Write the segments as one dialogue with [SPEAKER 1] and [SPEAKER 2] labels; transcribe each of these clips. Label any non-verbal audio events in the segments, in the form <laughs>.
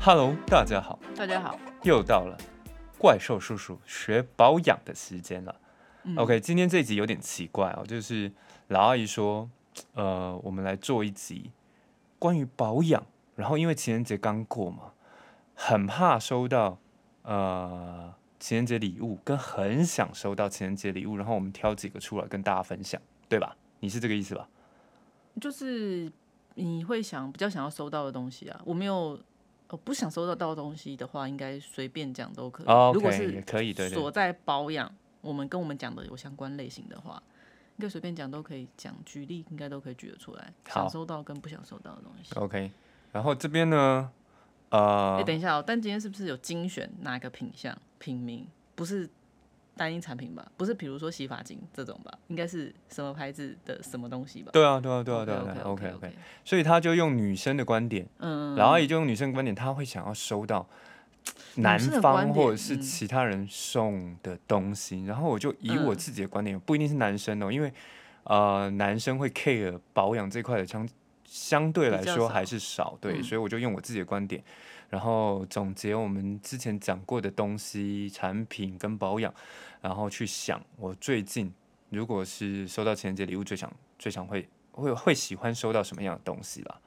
[SPEAKER 1] Hello，大家好，
[SPEAKER 2] 大家好，
[SPEAKER 1] 又到了怪兽叔叔学保养的时间了。
[SPEAKER 2] 嗯
[SPEAKER 1] OK，今天这一集有点奇怪哦，就是老阿姨说，呃，我们来做一集关于保养。然后因为情人节刚过嘛，很怕收到呃情人节礼物，跟很想收到情人节礼物，然后我们挑几个出来跟大家分享，对吧？你是这个意思吧？
[SPEAKER 2] 就是你会想比较想要收到的东西啊，我没有，我不想收到到的东西的话，应该随便讲都可以。
[SPEAKER 1] 哦
[SPEAKER 2] 呃如果
[SPEAKER 1] OK，也
[SPEAKER 2] 是
[SPEAKER 1] 可以，对对
[SPEAKER 2] 所在保养，我们跟我们讲的有相关类型的话，应该随便讲都可以讲，举例应该都可以举得出来。
[SPEAKER 1] 好
[SPEAKER 2] 想收到跟不想收到的东西。
[SPEAKER 1] ，OK。然后这边呢，呃
[SPEAKER 2] 哎、，等一下哦，但今天是不是有精选哪个品相品名？不是单一产品吧？不是，比如说洗发精这种吧？应该是什么牌子的什么东西吧？
[SPEAKER 1] 对啊，对啊，对啊，对啊对啊
[SPEAKER 2] OK
[SPEAKER 1] ，OK，OK。所以他就用女生的观点，
[SPEAKER 2] 嗯，
[SPEAKER 1] 老阿姨就用女生的观点，她会想要收到
[SPEAKER 2] 女
[SPEAKER 1] 男
[SPEAKER 2] 生的观
[SPEAKER 1] 方
[SPEAKER 2] 点
[SPEAKER 1] 或者是
[SPEAKER 2] 嗯
[SPEAKER 1] 其他人送的东西。然后我就以我
[SPEAKER 2] 嗯
[SPEAKER 1] 自己的观点，不一定是男生哦，因为呃，男生会 care 保养这块的相相对
[SPEAKER 2] 比
[SPEAKER 1] 来
[SPEAKER 2] 较
[SPEAKER 1] 说
[SPEAKER 2] 少
[SPEAKER 1] 还是少，对，
[SPEAKER 2] 嗯
[SPEAKER 1] 所以我就用我自己的观点，然后总结我们之前讲过的东西、产品跟保养，然后去想我最近如果是收到情人节礼物，最想最想会会会喜欢收到什么样的东西啦。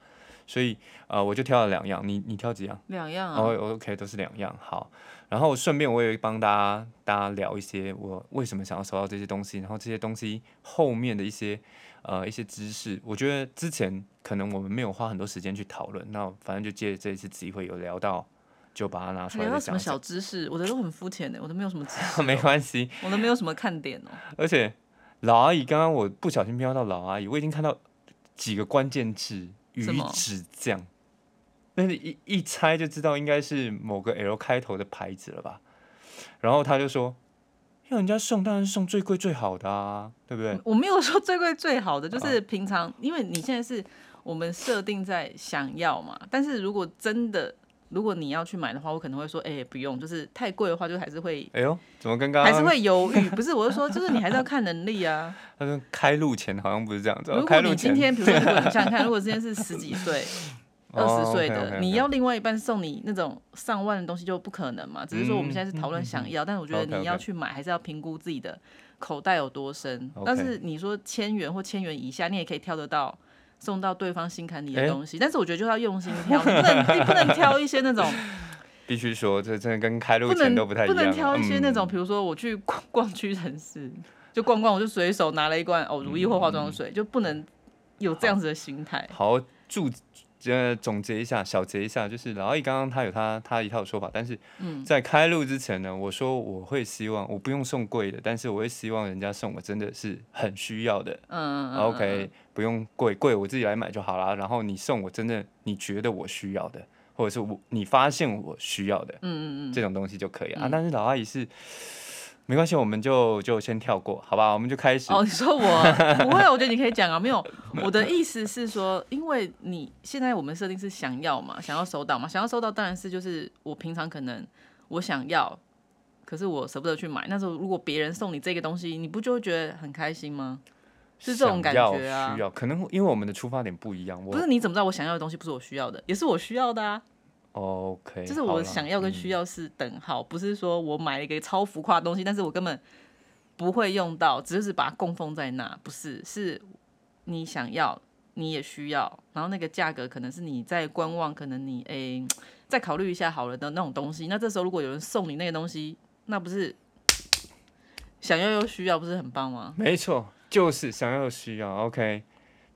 [SPEAKER 1] 所以呃，我就挑了两样，你你挑几样？
[SPEAKER 2] 两样啊，
[SPEAKER 1] 哦、o k 都是两样。好，然后顺便我也帮大家大家聊一些我为什么想要收到这些东西，然后这些东西后面的一些呃一些知识，我觉得之前可能我们没有花很多时间去讨论，那反正就借这一次机会有聊到，就把它拿出来
[SPEAKER 2] 聊到
[SPEAKER 1] 再
[SPEAKER 2] 什
[SPEAKER 1] 讲
[SPEAKER 2] 么
[SPEAKER 1] 一讲。
[SPEAKER 2] 小知识，我的都很肤浅欸的，我都没有什么知
[SPEAKER 1] <laughs>
[SPEAKER 2] 识，
[SPEAKER 1] 没关系，
[SPEAKER 2] 我都没有什么看点哦、
[SPEAKER 1] 而且老阿姨刚刚我不小心瞄到老阿姨，我已经看到几个关键字鱼
[SPEAKER 2] 什么
[SPEAKER 1] 子酱，但是一一猜就知道应该是某个 L 开头的牌子了吧？然后他就说，要人家送当然是送最贵最好的啊，对不对？嗯
[SPEAKER 2] 我没有说最贵最好的，就是平常，因为你现在是我们设定在想要嘛，但是如果真的如果你要去买的话，我可能会说，哎、不用，就是太贵的话，就还是会。
[SPEAKER 1] 哎呦，怎么跟刚
[SPEAKER 2] 还是
[SPEAKER 1] 刚
[SPEAKER 2] 会
[SPEAKER 1] <laughs>
[SPEAKER 2] 犹豫，不是？我是说，就是你还是要看能力啊。
[SPEAKER 1] 他说开路前好像不是这样子哦，
[SPEAKER 2] 如
[SPEAKER 1] 开路
[SPEAKER 2] 果你
[SPEAKER 1] 前
[SPEAKER 2] 今天，比如说，如
[SPEAKER 1] <laughs>
[SPEAKER 2] 果你想想看，如果今天是十几岁、
[SPEAKER 1] 哦
[SPEAKER 2] 二十岁的，你要另外一半送你那种上万的东西就不可能嘛。只是说我
[SPEAKER 1] 嗯
[SPEAKER 2] 们现在是讨论想要，但是我觉得
[SPEAKER 1] OK，OK
[SPEAKER 2] 你要去买，还是要评估自己的口袋有多深。
[SPEAKER 1] OK
[SPEAKER 2] 但是你说千元或千元以下，你也可以挑得到。送到对方心坎里的
[SPEAKER 1] 哎
[SPEAKER 2] 东西，但是我觉得就是要用心挑，你不能你不能挑一些
[SPEAKER 1] <laughs>
[SPEAKER 2] 那种，
[SPEAKER 1] 必须说这真的跟开路
[SPEAKER 2] 不
[SPEAKER 1] 前
[SPEAKER 2] 能
[SPEAKER 1] 都不太一样哦，
[SPEAKER 2] 能挑一些那种，
[SPEAKER 1] 嗯
[SPEAKER 2] 比如说我去逛逛屈臣氏，就逛逛，我就随手拿了一罐哦如意或化妆水，就不能有这样子的心态。
[SPEAKER 1] 好注呃总结一下，小结一下，就是老阿姨刚刚她有她她一套说法，但是
[SPEAKER 2] 嗯
[SPEAKER 1] 在开录之前呢，我说我会希望我不用送贵的，但是我会希望人家送我真的是很需要的。
[SPEAKER 2] 嗯嗯嗯
[SPEAKER 1] OK，不用贵贵，我自己来买就好啦。然后你送我真的你觉得我需要的，或者是我你发现我需要的
[SPEAKER 2] 嗯嗯嗯
[SPEAKER 1] 这种东西就可以啊。
[SPEAKER 2] 嗯
[SPEAKER 1] 但是老阿姨是没关系，我们就就先跳过，好吧？我们就开始。
[SPEAKER 2] 哦，你说我不会，我觉得你可以讲啊。没有，我的意思是说，因为你现在我们设定是想要嘛，想要收到嘛，想要收到当然是就是我平常可能我想要，可是我舍不得去买。那时候如果别人送你这个东西，你不就会觉得很开心吗？是这种
[SPEAKER 1] 想
[SPEAKER 2] 感
[SPEAKER 1] 要
[SPEAKER 2] 觉啊
[SPEAKER 1] 需要可能因为我们的出发点不一样。
[SPEAKER 2] 不
[SPEAKER 1] 我
[SPEAKER 2] 是你怎么知道我想要的东西不是我需要的，也是我需要的啊。
[SPEAKER 1] OK，
[SPEAKER 2] 就是
[SPEAKER 1] 好
[SPEAKER 2] 我
[SPEAKER 1] 啦
[SPEAKER 2] 想要跟
[SPEAKER 1] 嗯
[SPEAKER 2] 需要是等号，不是说我买了一个超浮夸的东西，但是我根本不会用到，只是把它供奉在那，不是，是你想要，你也需要，然后那个价格可能是你在观望，可能你诶、再考虑一下好了的那种东西。那这时候如果有人送你那个东西，那不是想要又需要，不是很棒吗？
[SPEAKER 1] 没错，就是想要又需要。OK，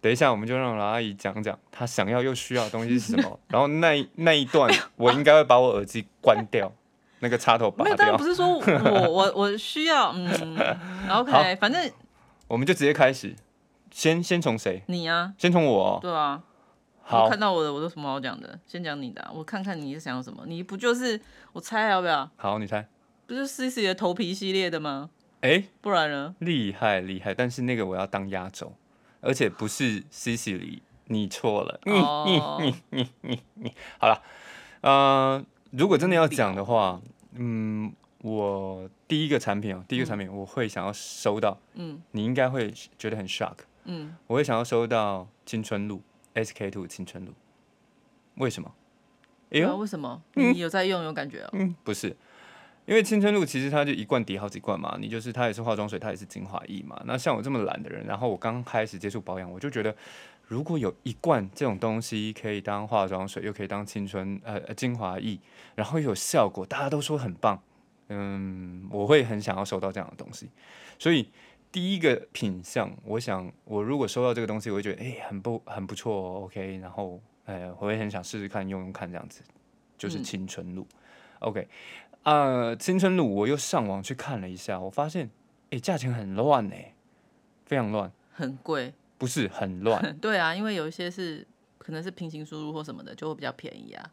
[SPEAKER 1] 等一下我们就让老阿姨讲讲她想要又需要的东西是什
[SPEAKER 2] <laughs>
[SPEAKER 1] 么。然后那一那一段，我应该会把我耳机关
[SPEAKER 2] <laughs>
[SPEAKER 1] 掉，那个插头拔
[SPEAKER 2] 没有，当然
[SPEAKER 1] 掉
[SPEAKER 2] 不，是说我我我需要，
[SPEAKER 1] <laughs>
[SPEAKER 2] 嗯，OK，反正
[SPEAKER 1] 我们就直接开始。先先从谁？
[SPEAKER 2] 你啊，
[SPEAKER 1] 先从我哦、
[SPEAKER 2] 对啊，我
[SPEAKER 1] 好
[SPEAKER 2] 看到我的，我有什么好讲的？先讲你的啊、我看看你是想要什么。你不就是我猜啊要不要？
[SPEAKER 1] 好，你猜。
[SPEAKER 2] 不就是 C C 的头皮系列的吗？
[SPEAKER 1] 哎、
[SPEAKER 2] 不然呢？
[SPEAKER 1] 厉害厉害！但是那个我要当压轴，而且不是 C C 里，你错了。嗯
[SPEAKER 2] 哦
[SPEAKER 1] 嗯嗯嗯嗯嗯，好了，呃，如果真的要讲的话，嗯，我第一个产品哦，第一个产品我会想要收到，
[SPEAKER 2] 嗯
[SPEAKER 1] 你应该会觉得很 shock，
[SPEAKER 2] 嗯，
[SPEAKER 1] 我会想要收到青春露 S K two 青春露，为什么？哎
[SPEAKER 2] 对啊
[SPEAKER 1] 呦，
[SPEAKER 2] 为什么你有在用有感觉哦？
[SPEAKER 1] 嗯，不是，因为青春露其实它就一罐抵好几罐嘛，你就是它也是化妆水，它也是精华液嘛。那像我这么懒的人，然后我刚开始接触保养，我就觉得如果有一罐这种东西可以当化妆水，又可以当青春呃呃精华液，然后又有效果，大家都说很棒，嗯，我会很想要收到这样的东西，所以。第一个品相，我想我如果收到这个东西，我会觉得哎、很不很不错、哦、，OK，然后呃，我会很想试试看用用看这样子，就是
[SPEAKER 2] 嗯
[SPEAKER 1] 青春露、o k 呃，青春露我又上网去看了一下，我发现，诶，价钱很乱呢、非常乱，
[SPEAKER 2] 很贵，
[SPEAKER 1] 不是很乱，
[SPEAKER 2] <laughs> 对啊，因为有一些是可能是平行输入或什么的，就会比较便宜啊。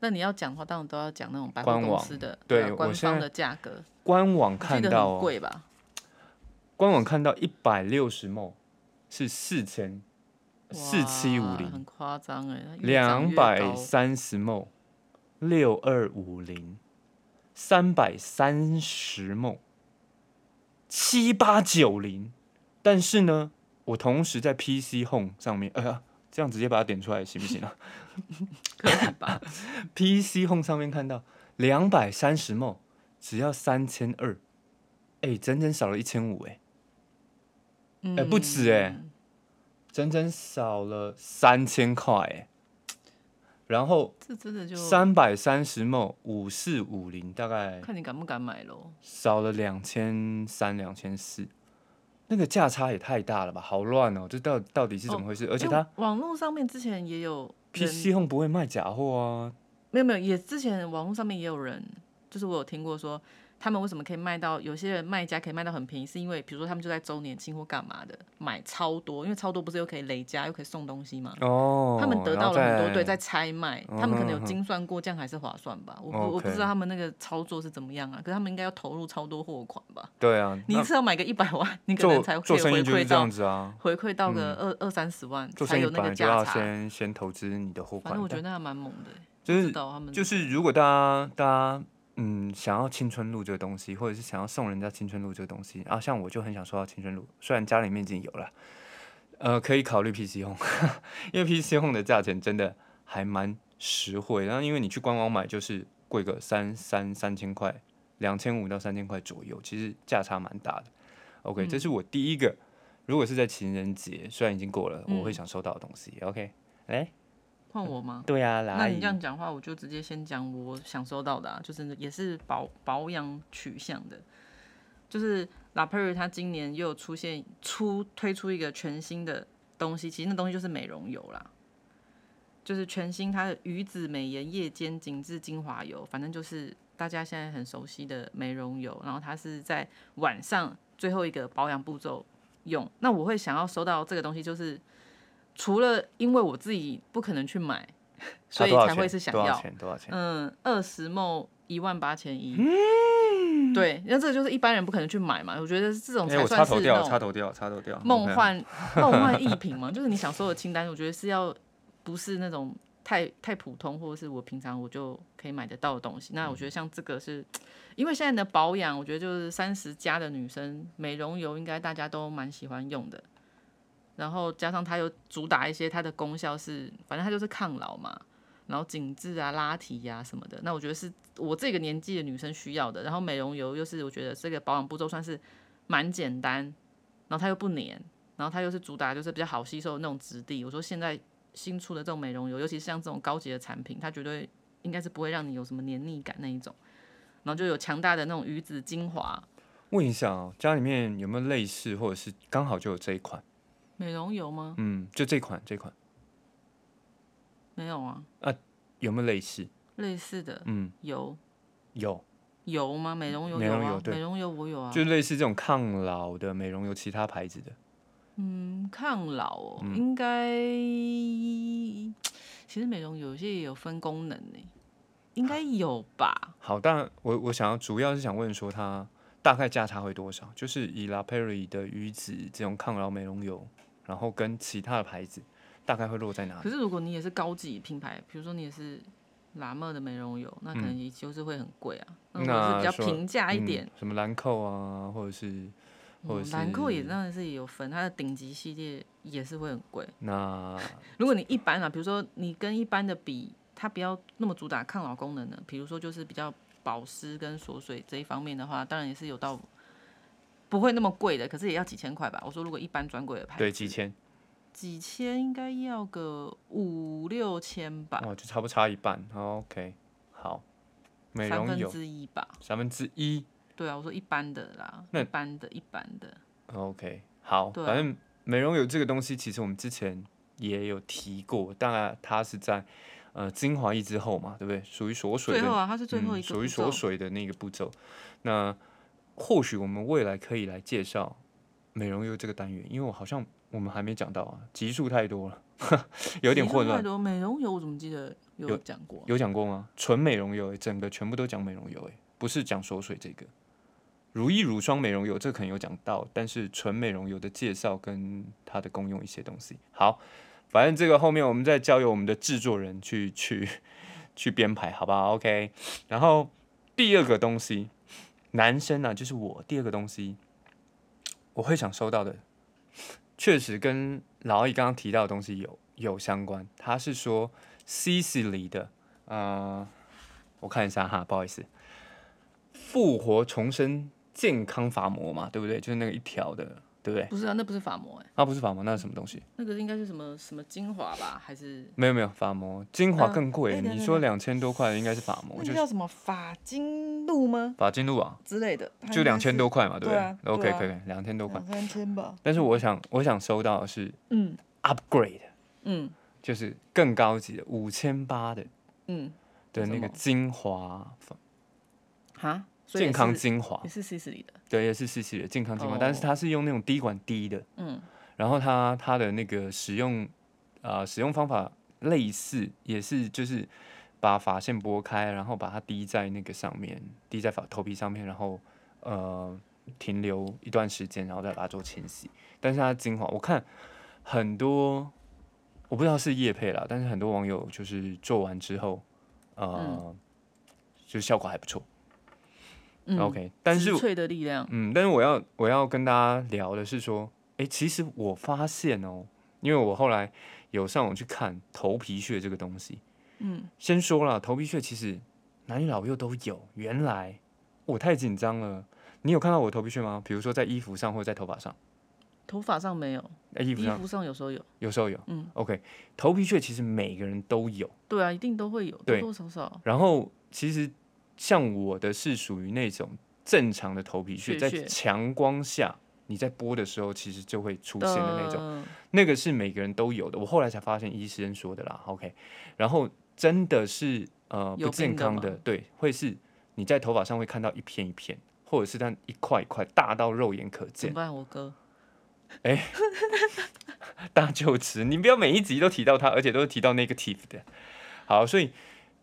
[SPEAKER 2] 那你要讲的话，当然都要讲那种百货
[SPEAKER 1] 官
[SPEAKER 2] 公
[SPEAKER 1] 网
[SPEAKER 2] 司的
[SPEAKER 1] 对
[SPEAKER 2] 啊
[SPEAKER 1] 我
[SPEAKER 2] 官
[SPEAKER 1] 现在
[SPEAKER 2] 方的价格，
[SPEAKER 1] 官网
[SPEAKER 2] 我记
[SPEAKER 1] 看
[SPEAKER 2] 得
[SPEAKER 1] 到、
[SPEAKER 2] 很
[SPEAKER 1] 哦，
[SPEAKER 2] 贵吧？
[SPEAKER 1] 官网看到一百六十 ml 是四千四七五
[SPEAKER 2] 哇
[SPEAKER 1] 零，
[SPEAKER 2] 很夸张哎，它越涨
[SPEAKER 1] 两
[SPEAKER 2] 越
[SPEAKER 1] 百
[SPEAKER 2] 高
[SPEAKER 1] 三十 ml 六二五零，三百三十 ml 七八九零。但是呢，我同时在 PC Home 上面，呃，这样直接把它点出来行不行啊？
[SPEAKER 2] 可以
[SPEAKER 1] <laughs>
[SPEAKER 2] 吧？
[SPEAKER 1] PC Home 上面看到两百三十 ml 只要三千二，哎，整整少了一千五，哎，
[SPEAKER 2] 嗯
[SPEAKER 1] 不止欸整整少了三千块，哎。然后
[SPEAKER 2] 这真的就
[SPEAKER 1] 三百三十 ml 五四五零，大概
[SPEAKER 2] 看你敢不敢买喽。
[SPEAKER 1] 少了两千三、两千四，那个价差也太大了吧？好乱哦，这到到底是怎么回事？而且
[SPEAKER 2] 因
[SPEAKER 1] 它
[SPEAKER 2] 为网络上面之前也有哦人
[SPEAKER 1] PC Home 不会卖假货啊，
[SPEAKER 2] 没有没有，也之前网络上面也有人，就是我有听过说，他们为什么可以卖到有些人卖家可以卖到很便宜，是因为比如说他们就在周年庆或干嘛的买超多，因为超多不是又可以累加又可以送东西嘛。
[SPEAKER 1] 哦，
[SPEAKER 2] 他们得
[SPEAKER 1] 然
[SPEAKER 2] 到
[SPEAKER 1] 后
[SPEAKER 2] 了很多，
[SPEAKER 1] 再
[SPEAKER 2] 对，在拆卖，
[SPEAKER 1] 嗯哼
[SPEAKER 2] 他们可能有
[SPEAKER 1] 嗯哼
[SPEAKER 2] 精算过，这样还是划算吧？我不我不
[SPEAKER 1] OK
[SPEAKER 2] 知道他们那个操作是怎么样啊，可是他们应该要投入超多货款吧？
[SPEAKER 1] 对啊，
[SPEAKER 2] 你一
[SPEAKER 1] 那
[SPEAKER 2] 次要买个一百万，你可能才
[SPEAKER 1] 做
[SPEAKER 2] 可
[SPEAKER 1] 做
[SPEAKER 2] 以
[SPEAKER 1] 生
[SPEAKER 2] 回
[SPEAKER 1] 意就是
[SPEAKER 2] 馈
[SPEAKER 1] 这
[SPEAKER 2] 到
[SPEAKER 1] 样子啊，
[SPEAKER 2] 回馈到个二二三十万，
[SPEAKER 1] 做
[SPEAKER 2] 才
[SPEAKER 1] 生意
[SPEAKER 2] 有
[SPEAKER 1] 本
[SPEAKER 2] 那
[SPEAKER 1] 来
[SPEAKER 2] 个
[SPEAKER 1] 就
[SPEAKER 2] 价
[SPEAKER 1] 要
[SPEAKER 2] 差。
[SPEAKER 1] 先先投资你的货
[SPEAKER 2] 反
[SPEAKER 1] 款
[SPEAKER 2] 正我，觉嗯
[SPEAKER 1] 但
[SPEAKER 2] 得那还蛮猛的欸，
[SPEAKER 1] 就
[SPEAKER 2] 不知
[SPEAKER 1] 是
[SPEAKER 2] 道他们
[SPEAKER 1] 就是如果大家大家。嗯，想要青春露这个东西，或者是想要送人家青春露这个东西，啊，像我就很想收到青春露，虽然家里面已经有了，呃，可以考虑 PC Home，因 <laughs> 为 PC Home 的价钱真的还蛮实惠。然后因为你去官网买，就是贵个三三三千块，两千五到三千块左右，其实价差蛮大的。OK，、这是
[SPEAKER 2] 嗯
[SPEAKER 1] 我第一个，如果是在情人节，虽然已经过了，我会想收到的东西。OK，来，
[SPEAKER 2] 换我吗？
[SPEAKER 1] 对啊，
[SPEAKER 2] 那
[SPEAKER 1] 来
[SPEAKER 2] 你这，样讲话，我就直接先讲我想收到的、啊，就是也是保保养取向的，就是拉佩瑞它今年又有出现出推出一个全新的东西，其实那东西就是美容油啦，就是全新它的鱼子美颜夜间紧致精华油，反正就是大家现在很熟悉的美容油，然后它是在晚上最后一个保养步骤用。那我会想要收到这个东西，就是除了因为我自己不可能去买。所
[SPEAKER 1] 它
[SPEAKER 2] 以
[SPEAKER 1] 多少
[SPEAKER 2] 才会
[SPEAKER 1] 钱
[SPEAKER 2] 是想
[SPEAKER 1] 多
[SPEAKER 2] 要
[SPEAKER 1] 少。钱？多少钱？
[SPEAKER 2] 嗯，二十梦一万八千一。对，那这个就是一般人不可能去买嘛。我觉得这种
[SPEAKER 1] 嗯哎、
[SPEAKER 2] 才
[SPEAKER 1] 我
[SPEAKER 2] 算
[SPEAKER 1] 插
[SPEAKER 2] 是
[SPEAKER 1] 头
[SPEAKER 2] 那
[SPEAKER 1] 掉，插
[SPEAKER 2] 种
[SPEAKER 1] 头掉，插头掉。
[SPEAKER 2] 梦
[SPEAKER 1] 啊 OK
[SPEAKER 2] 幻梦幻一品嘛， <laughs> 就是你想说的清单，我觉得是要不是那种太太普通，或者是我平常我就可以买得到的东西。那我觉得像这个是，因为现在的保养，我觉得就是三十加的女生美容油应该大家都蛮喜欢用的。然后加上它又主打一些它的功效是，反正它就是抗老嘛，然后紧致啊、拉提呀、什么的。那我觉得是我这个年纪的女生需要的。然后美容油又是我觉得这个保养步骤算是蛮简单，然后它又不黏，然后它又是主打就是比较好吸收的那种质地。我说现在新出的这种美容油，尤其是像这种高级的产品，它绝对应该是不会让你有什么黏腻感那一种。然后就有强大的那种鱼子精华
[SPEAKER 1] 问一下哦，家里面有没有类似，或者是刚好就有这一款？
[SPEAKER 2] 美容油吗？
[SPEAKER 1] 嗯，就这款，这款
[SPEAKER 2] 没有啊，
[SPEAKER 1] 有没有类似？
[SPEAKER 2] 类似的
[SPEAKER 1] 嗯，
[SPEAKER 2] 油
[SPEAKER 1] 有，
[SPEAKER 2] 油吗？美容油
[SPEAKER 1] 美
[SPEAKER 2] 有
[SPEAKER 1] 容油
[SPEAKER 2] 啊，
[SPEAKER 1] 对
[SPEAKER 2] 美容油我有啊。
[SPEAKER 1] 就类似这种抗老的美容油，其他牌子的。
[SPEAKER 2] 嗯，抗老哦，
[SPEAKER 1] 嗯
[SPEAKER 2] 应该其实美容油有些也有分功能呢，应该有吧？
[SPEAKER 1] 好，但我我想要主要是想问说它大概价差会多少？就是以 La Prairie 的鱼子这种抗老美容油，然后跟其他的牌子大概会落在哪里？
[SPEAKER 2] 可是如果你也是高级品牌，比如说你也是拉莫的美容油，那可能也就是会很贵啊。如果是
[SPEAKER 1] 嗯那
[SPEAKER 2] 比较
[SPEAKER 1] 说
[SPEAKER 2] 平价一点
[SPEAKER 1] 嗯，，什么兰蔻啊，或者是或者
[SPEAKER 2] 嗯
[SPEAKER 1] 是
[SPEAKER 2] 兰蔻也当然是也有分，它的顶级系列也是会很贵。
[SPEAKER 1] 那
[SPEAKER 2] 如果你一般啊，比如说你跟一般的比，它不要那么主打抗老功能的，比如说就是比较保湿跟锁水这一方面的话，当然也是有到不会那么贵的，可是也要几千块吧。我说如果一般专柜的牌子，
[SPEAKER 1] 对，几千，
[SPEAKER 2] 几千应该要个五六千吧，
[SPEAKER 1] 哦，就差不多差一半。好 OK，好，美
[SPEAKER 2] 三
[SPEAKER 1] 容
[SPEAKER 2] 分
[SPEAKER 1] 油
[SPEAKER 2] 之一吧。
[SPEAKER 1] 三分之一。
[SPEAKER 2] 对啊，我说一般的啦，
[SPEAKER 1] 那
[SPEAKER 2] 一般的，一般的。
[SPEAKER 1] OK，好，
[SPEAKER 2] 对啊
[SPEAKER 1] 反正美容油这个东西，其实我们之前也有提过，当然它是在呃精华液之后嘛，对不对？属于锁水
[SPEAKER 2] 最
[SPEAKER 1] 的
[SPEAKER 2] 后啊，它是最后一
[SPEAKER 1] 嗯、
[SPEAKER 2] 个
[SPEAKER 1] 属
[SPEAKER 2] 步
[SPEAKER 1] 于锁
[SPEAKER 2] 骤。
[SPEAKER 1] 水的那个步骤。那或许我们未来可以来介绍美容油这个单元，因为我好像我们还没讲到啊，集数太多了， <laughs> 有点
[SPEAKER 2] 其实
[SPEAKER 1] 混
[SPEAKER 2] 太
[SPEAKER 1] 乱。
[SPEAKER 2] 多美容油我怎么记得有讲过？
[SPEAKER 1] 有讲过吗？纯美容油、欸，整个全部都讲美容油、欸，不是讲锁水这个。如意乳霜美容油这可能有讲到，但是纯美容油的介绍跟它的功用一些东西。好，反正这个后面我们再交由我们的制作人去去 <laughs> 去编排，好不好？OK。然后第二个东西，男生啊，就是我第二个东西，我会想收到的，确实跟老易刚刚提到的东西有有相关。他是说 CC 里的，呃，我看一下哈，不好意思，复活重生健康法膜嘛，对不对？就是那个一条的，对不对？
[SPEAKER 2] 不是啊，那不是法膜哎、
[SPEAKER 1] 啊，不是法膜，那是什么东西？
[SPEAKER 2] 那个应该是什么什么精华吧？还是
[SPEAKER 1] 没有没有，法膜精华
[SPEAKER 2] 嗯
[SPEAKER 1] 更贵，
[SPEAKER 2] 哎等一下
[SPEAKER 1] 你说两千多块应该是法膜，
[SPEAKER 2] 那
[SPEAKER 1] 就是
[SPEAKER 2] 个叫什么法精露吗？
[SPEAKER 1] 法金露啊，
[SPEAKER 2] 之类的，它
[SPEAKER 1] 就
[SPEAKER 2] 应该
[SPEAKER 1] 两千
[SPEAKER 2] 是
[SPEAKER 1] 多块嘛，对不
[SPEAKER 2] 对啊
[SPEAKER 1] 对？OK，
[SPEAKER 2] 对啊
[SPEAKER 1] 可以，可以两千多块。
[SPEAKER 2] 两三千吧。
[SPEAKER 1] 但是我想，我想收到的是
[SPEAKER 2] 嗯
[SPEAKER 1] upgrade，
[SPEAKER 2] 嗯
[SPEAKER 1] 就是更高级的五千八的
[SPEAKER 2] 嗯，
[SPEAKER 1] 的
[SPEAKER 2] 是什
[SPEAKER 1] 那个
[SPEAKER 2] 么
[SPEAKER 1] 精华
[SPEAKER 2] 哈，所以
[SPEAKER 1] 健
[SPEAKER 2] 也
[SPEAKER 1] 康
[SPEAKER 2] 是
[SPEAKER 1] 精华
[SPEAKER 2] 也，是 C 四里的，
[SPEAKER 1] 对，也是 CC 的健康精华，但是
[SPEAKER 2] 哦
[SPEAKER 1] 它是用那种滴管滴的，
[SPEAKER 2] 嗯
[SPEAKER 1] 然后它它的那个使用呃使用方法类似，也是就是把发线拨开，然后把它滴在那个上面，滴在发头皮上面，然后呃停留一段时间，然后再把它做清洗。但是它的精华，我看很多我不知道是叶配啦，但是很多网友就是做完之后，呃，就效果还不错。
[SPEAKER 2] 嗯
[SPEAKER 1] OK，但是
[SPEAKER 2] 植萃的力量，
[SPEAKER 1] 嗯，但是我要我要跟大家聊的是说，诶，其实我发现哦，因为我后来有上网去看头皮屑这个东西，
[SPEAKER 2] 嗯，
[SPEAKER 1] 先说了，头皮屑其实男女老幼都有。原来我太紧张了，你有看到我头皮屑吗？比如说在衣服上或者在头发上，
[SPEAKER 2] 头发上没有，
[SPEAKER 1] 哎，衣服
[SPEAKER 2] 衣
[SPEAKER 1] 上
[SPEAKER 2] 服上有时候有，
[SPEAKER 1] 有时候有，
[SPEAKER 2] 嗯
[SPEAKER 1] ，OK，头皮屑其实每个人都有。
[SPEAKER 2] 对啊，一定都会有，
[SPEAKER 1] 对
[SPEAKER 2] 多多少少
[SPEAKER 1] 然后其实像我的是属于那种正常的头皮屑，
[SPEAKER 2] 屑
[SPEAKER 1] 在
[SPEAKER 2] 屑
[SPEAKER 1] 强光下你在拨的时候，其实就会出现的那种。
[SPEAKER 2] 种，
[SPEAKER 1] 那个是每个人都有的。我后来才发现医生说的啦，OK。然后真的是呃
[SPEAKER 2] 有
[SPEAKER 1] 不健
[SPEAKER 2] 病的
[SPEAKER 1] 康的，对，会是你在头发上会看到一片一片，或者是它一块一块，大到肉眼可
[SPEAKER 2] 怎
[SPEAKER 1] 见
[SPEAKER 2] 么。办？我哥，
[SPEAKER 1] 大臼齿，你不要每一集都提到它，而且都是提到 negative 的。好，所以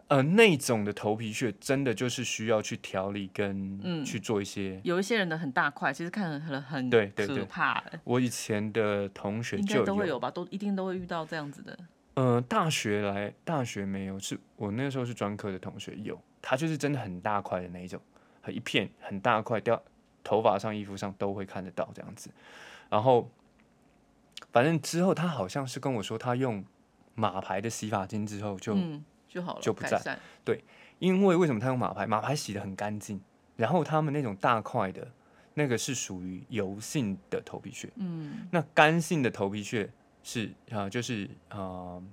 [SPEAKER 1] 呃那种的头皮屑真的就是需要去调理跟
[SPEAKER 2] 嗯
[SPEAKER 1] 去做一些。
[SPEAKER 2] 有一些人的很大块，其实看很很
[SPEAKER 1] 对对对
[SPEAKER 2] 可怕，
[SPEAKER 1] 我以前的同学
[SPEAKER 2] 应
[SPEAKER 1] 就
[SPEAKER 2] 该都会有吧，都一定都会遇到这样子的，
[SPEAKER 1] 呃，大学来大学没有，是我那时候是专科的同学有，他就是真的很大块的那一种，很一片很大块掉头发上、衣服上都会看得到这样子。然后，反正之后他好像是跟我说，他用马牌的洗发精之后就，
[SPEAKER 2] 嗯就好了，
[SPEAKER 1] 就不
[SPEAKER 2] 改
[SPEAKER 1] 在
[SPEAKER 2] 善，
[SPEAKER 1] 因为为什么他用马牌？马牌洗的很干净，然后他们那种大块的那个是属于油性的头皮屑。
[SPEAKER 2] 嗯，
[SPEAKER 1] 那干性的头皮屑是啊、呃就是呃，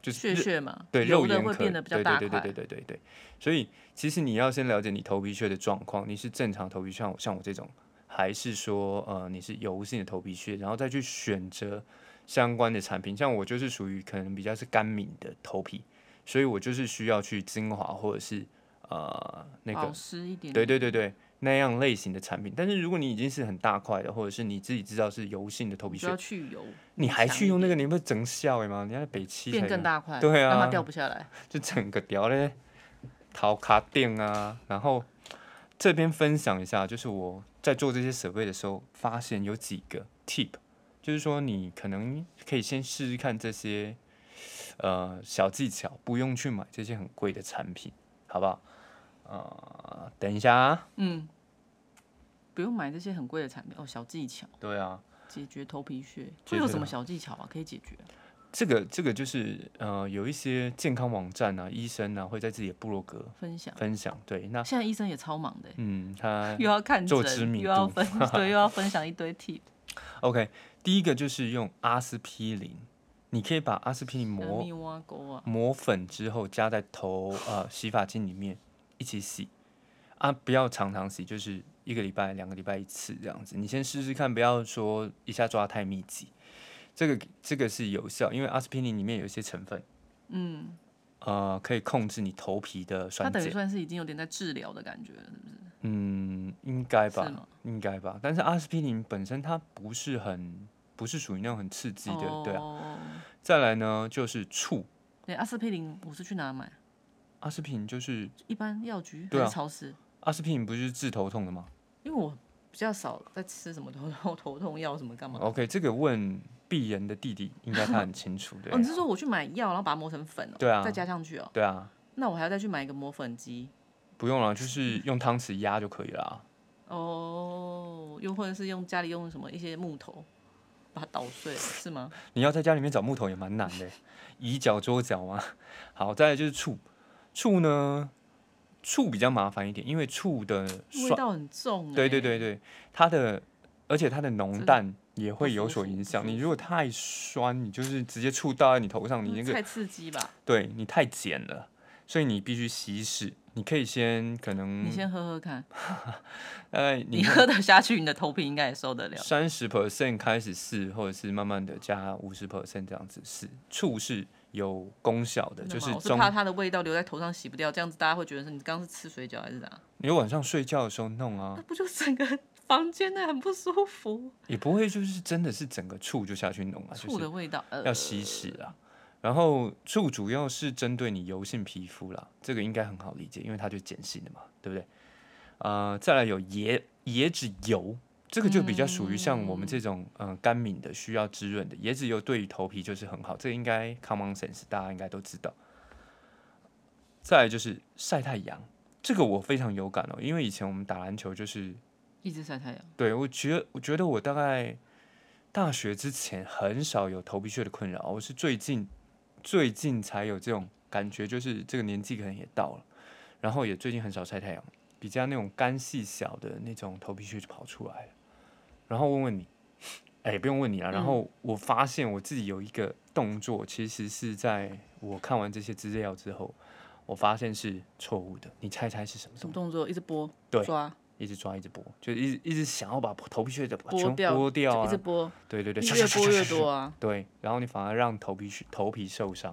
[SPEAKER 1] 就是
[SPEAKER 2] 血
[SPEAKER 1] 日
[SPEAKER 2] 血嘛，
[SPEAKER 1] 对
[SPEAKER 2] 油
[SPEAKER 1] 肉
[SPEAKER 2] 的
[SPEAKER 1] 眼
[SPEAKER 2] 会
[SPEAKER 1] 可
[SPEAKER 2] 变得比较大
[SPEAKER 1] 对对对
[SPEAKER 2] 块，
[SPEAKER 1] 对对对对。所以其实你要先了解你头皮屑的状况，你是正常头皮屑，像我像我这种，还是说呃你是油性的头皮屑，然后再去选择相关的产品。像我就是属于可能比较是干敏的头皮，所以我就是需要去精华或者是呃那个
[SPEAKER 2] 保湿一点，
[SPEAKER 1] 对，对对对，那样类型的产品。但是如果你已经是很大块的，或者是你自己知道是油性的头皮
[SPEAKER 2] 就
[SPEAKER 1] 屑
[SPEAKER 2] 要，去油，
[SPEAKER 1] 你还
[SPEAKER 2] 强
[SPEAKER 1] 去
[SPEAKER 2] 一
[SPEAKER 1] 用那个，你不是整笑诶吗？你在北七
[SPEAKER 2] 变
[SPEAKER 1] 才
[SPEAKER 2] 更
[SPEAKER 1] 用，
[SPEAKER 2] 大块，
[SPEAKER 1] 对啊
[SPEAKER 2] 让它掉不下来，
[SPEAKER 1] 就整个掉嘞，头卡垫啊。然后这边分享一下，就是我在做这些设备的时候，发现有几个 tip，就是说你可能可以先试试看这些呃小技巧，不用去买这些很贵的产品，好不好？呃，等一下、啊，
[SPEAKER 2] 嗯，不用买这些很贵的产品哦，小技巧。
[SPEAKER 1] 对啊。
[SPEAKER 2] 解决头皮屑，
[SPEAKER 1] 解
[SPEAKER 2] 这有
[SPEAKER 1] 决
[SPEAKER 2] 什么
[SPEAKER 1] 头
[SPEAKER 2] 小技巧啊？可以解决啊？
[SPEAKER 1] 这个这个就是呃，有一些健康网站啊，医生啊会在自己的部落格
[SPEAKER 2] 分享。
[SPEAKER 1] 分享。对，那
[SPEAKER 2] 现在医生也超忙的 <laughs> 欸、
[SPEAKER 1] 嗯，他
[SPEAKER 2] 又要看
[SPEAKER 1] 做知
[SPEAKER 2] 诊，
[SPEAKER 1] 名
[SPEAKER 2] 又要
[SPEAKER 1] 度
[SPEAKER 2] 分对，又要分享一堆
[SPEAKER 1] <laughs>
[SPEAKER 2] tip，
[SPEAKER 1] OK，第一个就是用阿司匹林，你可以把阿司匹林磨
[SPEAKER 2] 咪挖沟啊，
[SPEAKER 1] 磨粉之后加在头呃洗发精里面一起洗啊，不要常常洗，就是一个礼拜、两个礼拜一次这样子。你先试试看，不要说一下抓太密集，这个这个是有效，因为阿司匹林里面有一些成分，
[SPEAKER 2] 嗯，
[SPEAKER 1] 呃，可以控制你头皮的
[SPEAKER 2] 他
[SPEAKER 1] 酸
[SPEAKER 2] 等于
[SPEAKER 1] 碱，
[SPEAKER 2] 算是已经有点在治疗的感觉了，是不是？
[SPEAKER 1] 嗯，应该
[SPEAKER 2] 是
[SPEAKER 1] 吧
[SPEAKER 2] 吗，
[SPEAKER 1] 应该吧。但是阿司匹林本身它不是很不是属于那种很刺激的，对啊。
[SPEAKER 2] 哦
[SPEAKER 1] 再来呢就是醋，
[SPEAKER 2] 对，阿司匹林我是去哪买？
[SPEAKER 1] 阿司匹林就是
[SPEAKER 2] 一般药局
[SPEAKER 1] 对
[SPEAKER 2] 还
[SPEAKER 1] 啊
[SPEAKER 2] 是超市？
[SPEAKER 1] 阿司匹林不是治头痛的吗？
[SPEAKER 2] 因为我比较少在吃什么头痛头痛药什么干嘛。
[SPEAKER 1] OK，这个问鄙人的弟弟，应该他很清
[SPEAKER 2] <laughs>
[SPEAKER 1] 楚对啊
[SPEAKER 2] 哦，你是说我去买药，然后把它磨成粉哦，
[SPEAKER 1] 对啊
[SPEAKER 2] 再加上去哦，
[SPEAKER 1] 对啊，
[SPEAKER 2] 那我还要再去买一个磨粉机
[SPEAKER 1] 不用了，就是用汤匙压就可以了啊。
[SPEAKER 2] 哦，又或者是用家里用什么一些木头把它捣碎，是吗？
[SPEAKER 1] 你要在家里面找木头也蛮难的，以脚捉脚嘛。好，再来就是醋，醋呢，醋比较麻烦一点，因为醋的
[SPEAKER 2] 味
[SPEAKER 1] 酸，
[SPEAKER 2] 道很重、欸，
[SPEAKER 1] 对对对对，它的而且它的浓
[SPEAKER 2] 真
[SPEAKER 1] 淡也会
[SPEAKER 2] 不
[SPEAKER 1] 有
[SPEAKER 2] 舒
[SPEAKER 1] 所
[SPEAKER 2] 服
[SPEAKER 1] 影
[SPEAKER 2] 不
[SPEAKER 1] 响。
[SPEAKER 2] 舒
[SPEAKER 1] 你如果太酸，你就是直接醋倒在你头上，你
[SPEAKER 2] 嗯，
[SPEAKER 1] 那个
[SPEAKER 2] 太刺激吧？
[SPEAKER 1] 对你太碱了，所以你必须稀释。你可以先可能
[SPEAKER 2] 你先喝喝看，
[SPEAKER 1] 呃，
[SPEAKER 2] 你喝得下去，你的头皮应该也受得了。
[SPEAKER 1] 三十 percent 开始试，或者是慢慢的加五十 percent 这样子试，醋是有功效的，
[SPEAKER 2] 真
[SPEAKER 1] 就
[SPEAKER 2] 的吗
[SPEAKER 1] 是
[SPEAKER 2] 我是
[SPEAKER 1] 中
[SPEAKER 2] 怕它的味道留在头上洗不掉，这样子大家会觉得是你刚刚是吃水饺还是啥？
[SPEAKER 1] 你晚上睡觉的时候弄啊
[SPEAKER 2] 那，不就整个 <laughs> 房间内很不舒服？
[SPEAKER 1] 也不会就是真的是整个醋就下去弄啊，就
[SPEAKER 2] 醋
[SPEAKER 1] 是
[SPEAKER 2] 的味道，呃，
[SPEAKER 1] 要稀释啊。然后醋主要是针对你油性皮肤啦，这个应该很好理解，因为它就碱性的嘛，对不对？啊，再来有椰椰子油，这个就比较属于像我们这种嗯、呃干敏的需要滋润的，椰子油对于头皮就是很好，这个应该 common sense 大家应该都知道。再来就是晒太阳，这个我非常有感哦，因为以前我们打篮球就是
[SPEAKER 2] 一直晒太阳。
[SPEAKER 1] 对，我觉得，我觉得我大概大学之前很少有头皮屑的困扰，我是最近最近才有这种感觉，就是这个年纪可能也到了，然后也最近很少晒太阳，比较那种干细小的那种头皮屑就跑出来了。然后问问你，哎，不用问你了。然后我发现我自己有一个动作，其实是在我看完这些资料之后，我发现是错误的。你猜猜是什么
[SPEAKER 2] 什
[SPEAKER 1] 动作？
[SPEAKER 2] 么动作？一直拨，
[SPEAKER 1] 对
[SPEAKER 2] 抓，
[SPEAKER 1] 一直抓，一直拨，就一直一直想要把头皮屑的把
[SPEAKER 2] 拨
[SPEAKER 1] 全部
[SPEAKER 2] 掉
[SPEAKER 1] 剥掉
[SPEAKER 2] 就一
[SPEAKER 1] 啊
[SPEAKER 2] 直，拨，
[SPEAKER 1] 对对对，
[SPEAKER 2] 越拨越多啊。
[SPEAKER 1] 对，然后你反而让头皮屑头皮受伤，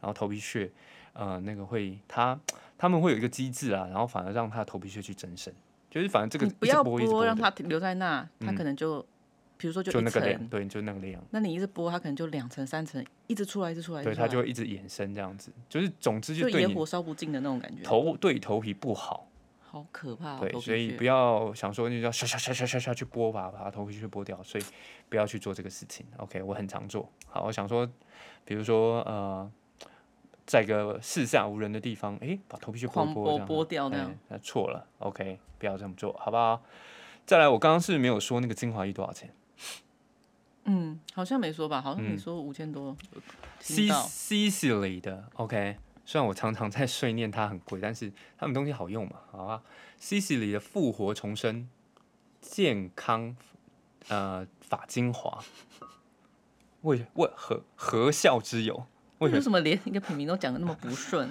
[SPEAKER 1] 然后头皮屑，呃，那个会它他们会有一个机制啊，然后反而让它头皮屑去增生，就是反正这个
[SPEAKER 2] 你不
[SPEAKER 1] 一直
[SPEAKER 2] 要
[SPEAKER 1] 拨一直
[SPEAKER 2] 拨，
[SPEAKER 1] 拨
[SPEAKER 2] 让
[SPEAKER 1] 的
[SPEAKER 2] 它停留在那，它
[SPEAKER 1] 嗯
[SPEAKER 2] 可能就，比如说
[SPEAKER 1] 就
[SPEAKER 2] 一
[SPEAKER 1] 那个
[SPEAKER 2] 层
[SPEAKER 1] 量，，对，就那个量，
[SPEAKER 2] 那你一直拨，它可能就两层、三层，一直出来，一直出来，一
[SPEAKER 1] 对，
[SPEAKER 2] 直出来
[SPEAKER 1] 它就会一直衍生这样子，就是总之
[SPEAKER 2] 就
[SPEAKER 1] 对
[SPEAKER 2] 野
[SPEAKER 1] 你
[SPEAKER 2] 火烧不尽的那种感觉，
[SPEAKER 1] 头对头皮不好，
[SPEAKER 2] 好可怕哦。
[SPEAKER 1] 对，
[SPEAKER 2] 头皮
[SPEAKER 1] 所以
[SPEAKER 2] 屑
[SPEAKER 1] 不要想说你要刷刷刷刷刷刷去剥吧，把它头皮屑剥掉，所以不要去做这个事情。OK，我很常做。好，我想说，比如说呃，在一个四下无人的地方，诶，把头皮屑剥一剥，
[SPEAKER 2] 狂
[SPEAKER 1] 这
[SPEAKER 2] 拨
[SPEAKER 1] 样
[SPEAKER 2] 拨掉那样
[SPEAKER 1] 哎。那错了，OK，不要这么做，好不好？再来，我刚刚是没有说那个精华液多少钱
[SPEAKER 2] 嗯，好像没说吧？好像
[SPEAKER 1] 嗯
[SPEAKER 2] 你说五千多，有听到
[SPEAKER 1] ，Sicily 的 OK。虽然我常常在碎念它很贵，但是他们东西好用嘛，好啊。Sicily 的复活重生健康呃法精华，为为何何效之有？为
[SPEAKER 2] 为什么连一个品名都讲的那么不顺，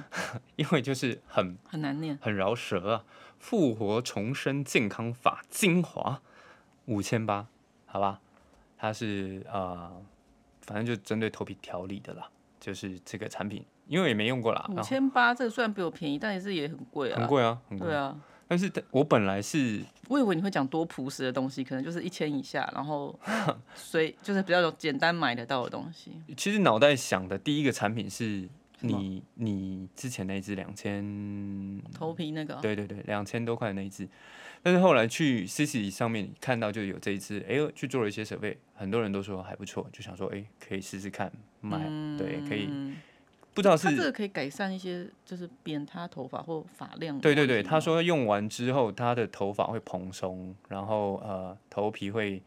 [SPEAKER 1] 因为就是很
[SPEAKER 2] 很难念？
[SPEAKER 1] 很饶舌啊！复活重生健康法精华五千八，好吧，它是呃，反正就针对头皮调理的啦，就是这个产品，因为也没用过啦，
[SPEAKER 2] 五
[SPEAKER 1] 然后
[SPEAKER 2] 千八，这个虽然比我便宜，但也是也很贵
[SPEAKER 1] 很
[SPEAKER 2] 啊。
[SPEAKER 1] 贵啊，很贵。
[SPEAKER 2] 对啊，
[SPEAKER 1] 但是它我本来是
[SPEAKER 2] 我以为你会讲多朴实的东西，可能就是一千以下，
[SPEAKER 1] <laughs>
[SPEAKER 2] 然后所以就是比较有简单买得到的东西。
[SPEAKER 1] 其实脑袋想的第一个产品是
[SPEAKER 2] 什么
[SPEAKER 1] 你你之前那支两千
[SPEAKER 2] 头皮那个啊
[SPEAKER 1] 对对对，两千多块那一只，但是后来去 C C 上面看到就有这一只，哎呦，去做了一些设备，很多人都说还不错，就想说，哎，可以试试看买，对，可以，
[SPEAKER 2] 嗯，
[SPEAKER 1] 不知道
[SPEAKER 2] 它这
[SPEAKER 1] 是，
[SPEAKER 2] 个可以改善一些，就是扁塌头发或发量的问题吗。
[SPEAKER 1] 对对对，他说用完之后，他的头发会蓬松，然后呃，头皮会，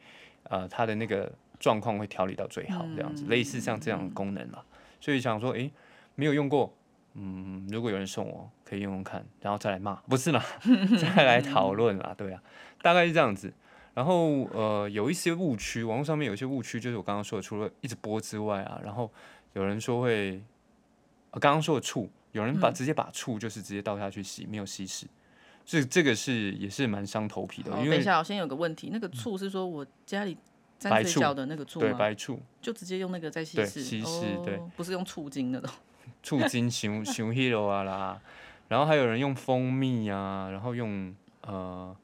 [SPEAKER 1] 呃，他的那个状况会调理到最好，这样子，
[SPEAKER 2] 嗯
[SPEAKER 1] 类似像这样的功能啦。所以想说，诶，没有用过，嗯，如果有人送我，可以用用看，然后再来骂，不是啦，
[SPEAKER 2] <laughs>
[SPEAKER 1] 再来讨论啦，对啊，大概是这样子。然后呃，有一些误区，网络上面有一些误区，就是我刚刚说的，除了一直播之外啊，然后有人说会，呃刚刚说的醋，有人把
[SPEAKER 2] 嗯
[SPEAKER 1] 直接把醋就是直接倒下去洗，没有稀释，这这个是也是蛮伤头皮的，
[SPEAKER 2] 好，
[SPEAKER 1] 因
[SPEAKER 2] 等一
[SPEAKER 1] 为
[SPEAKER 2] 下，我先有个问题，那个醋是说我家里
[SPEAKER 1] 白
[SPEAKER 2] 沾
[SPEAKER 1] 醋
[SPEAKER 2] 水饺的那个醋
[SPEAKER 1] 对
[SPEAKER 2] 吗？
[SPEAKER 1] 白醋
[SPEAKER 2] 就直接用那个在稀
[SPEAKER 1] 对
[SPEAKER 2] 释，
[SPEAKER 1] 稀释
[SPEAKER 2] 哦
[SPEAKER 1] 对，
[SPEAKER 2] 不是用醋精那
[SPEAKER 1] <laughs>
[SPEAKER 2] 种。
[SPEAKER 1] 醋精 <laughs> 熊熊 hero 啊啦，然后还有人用蜂蜜啊，然后用呃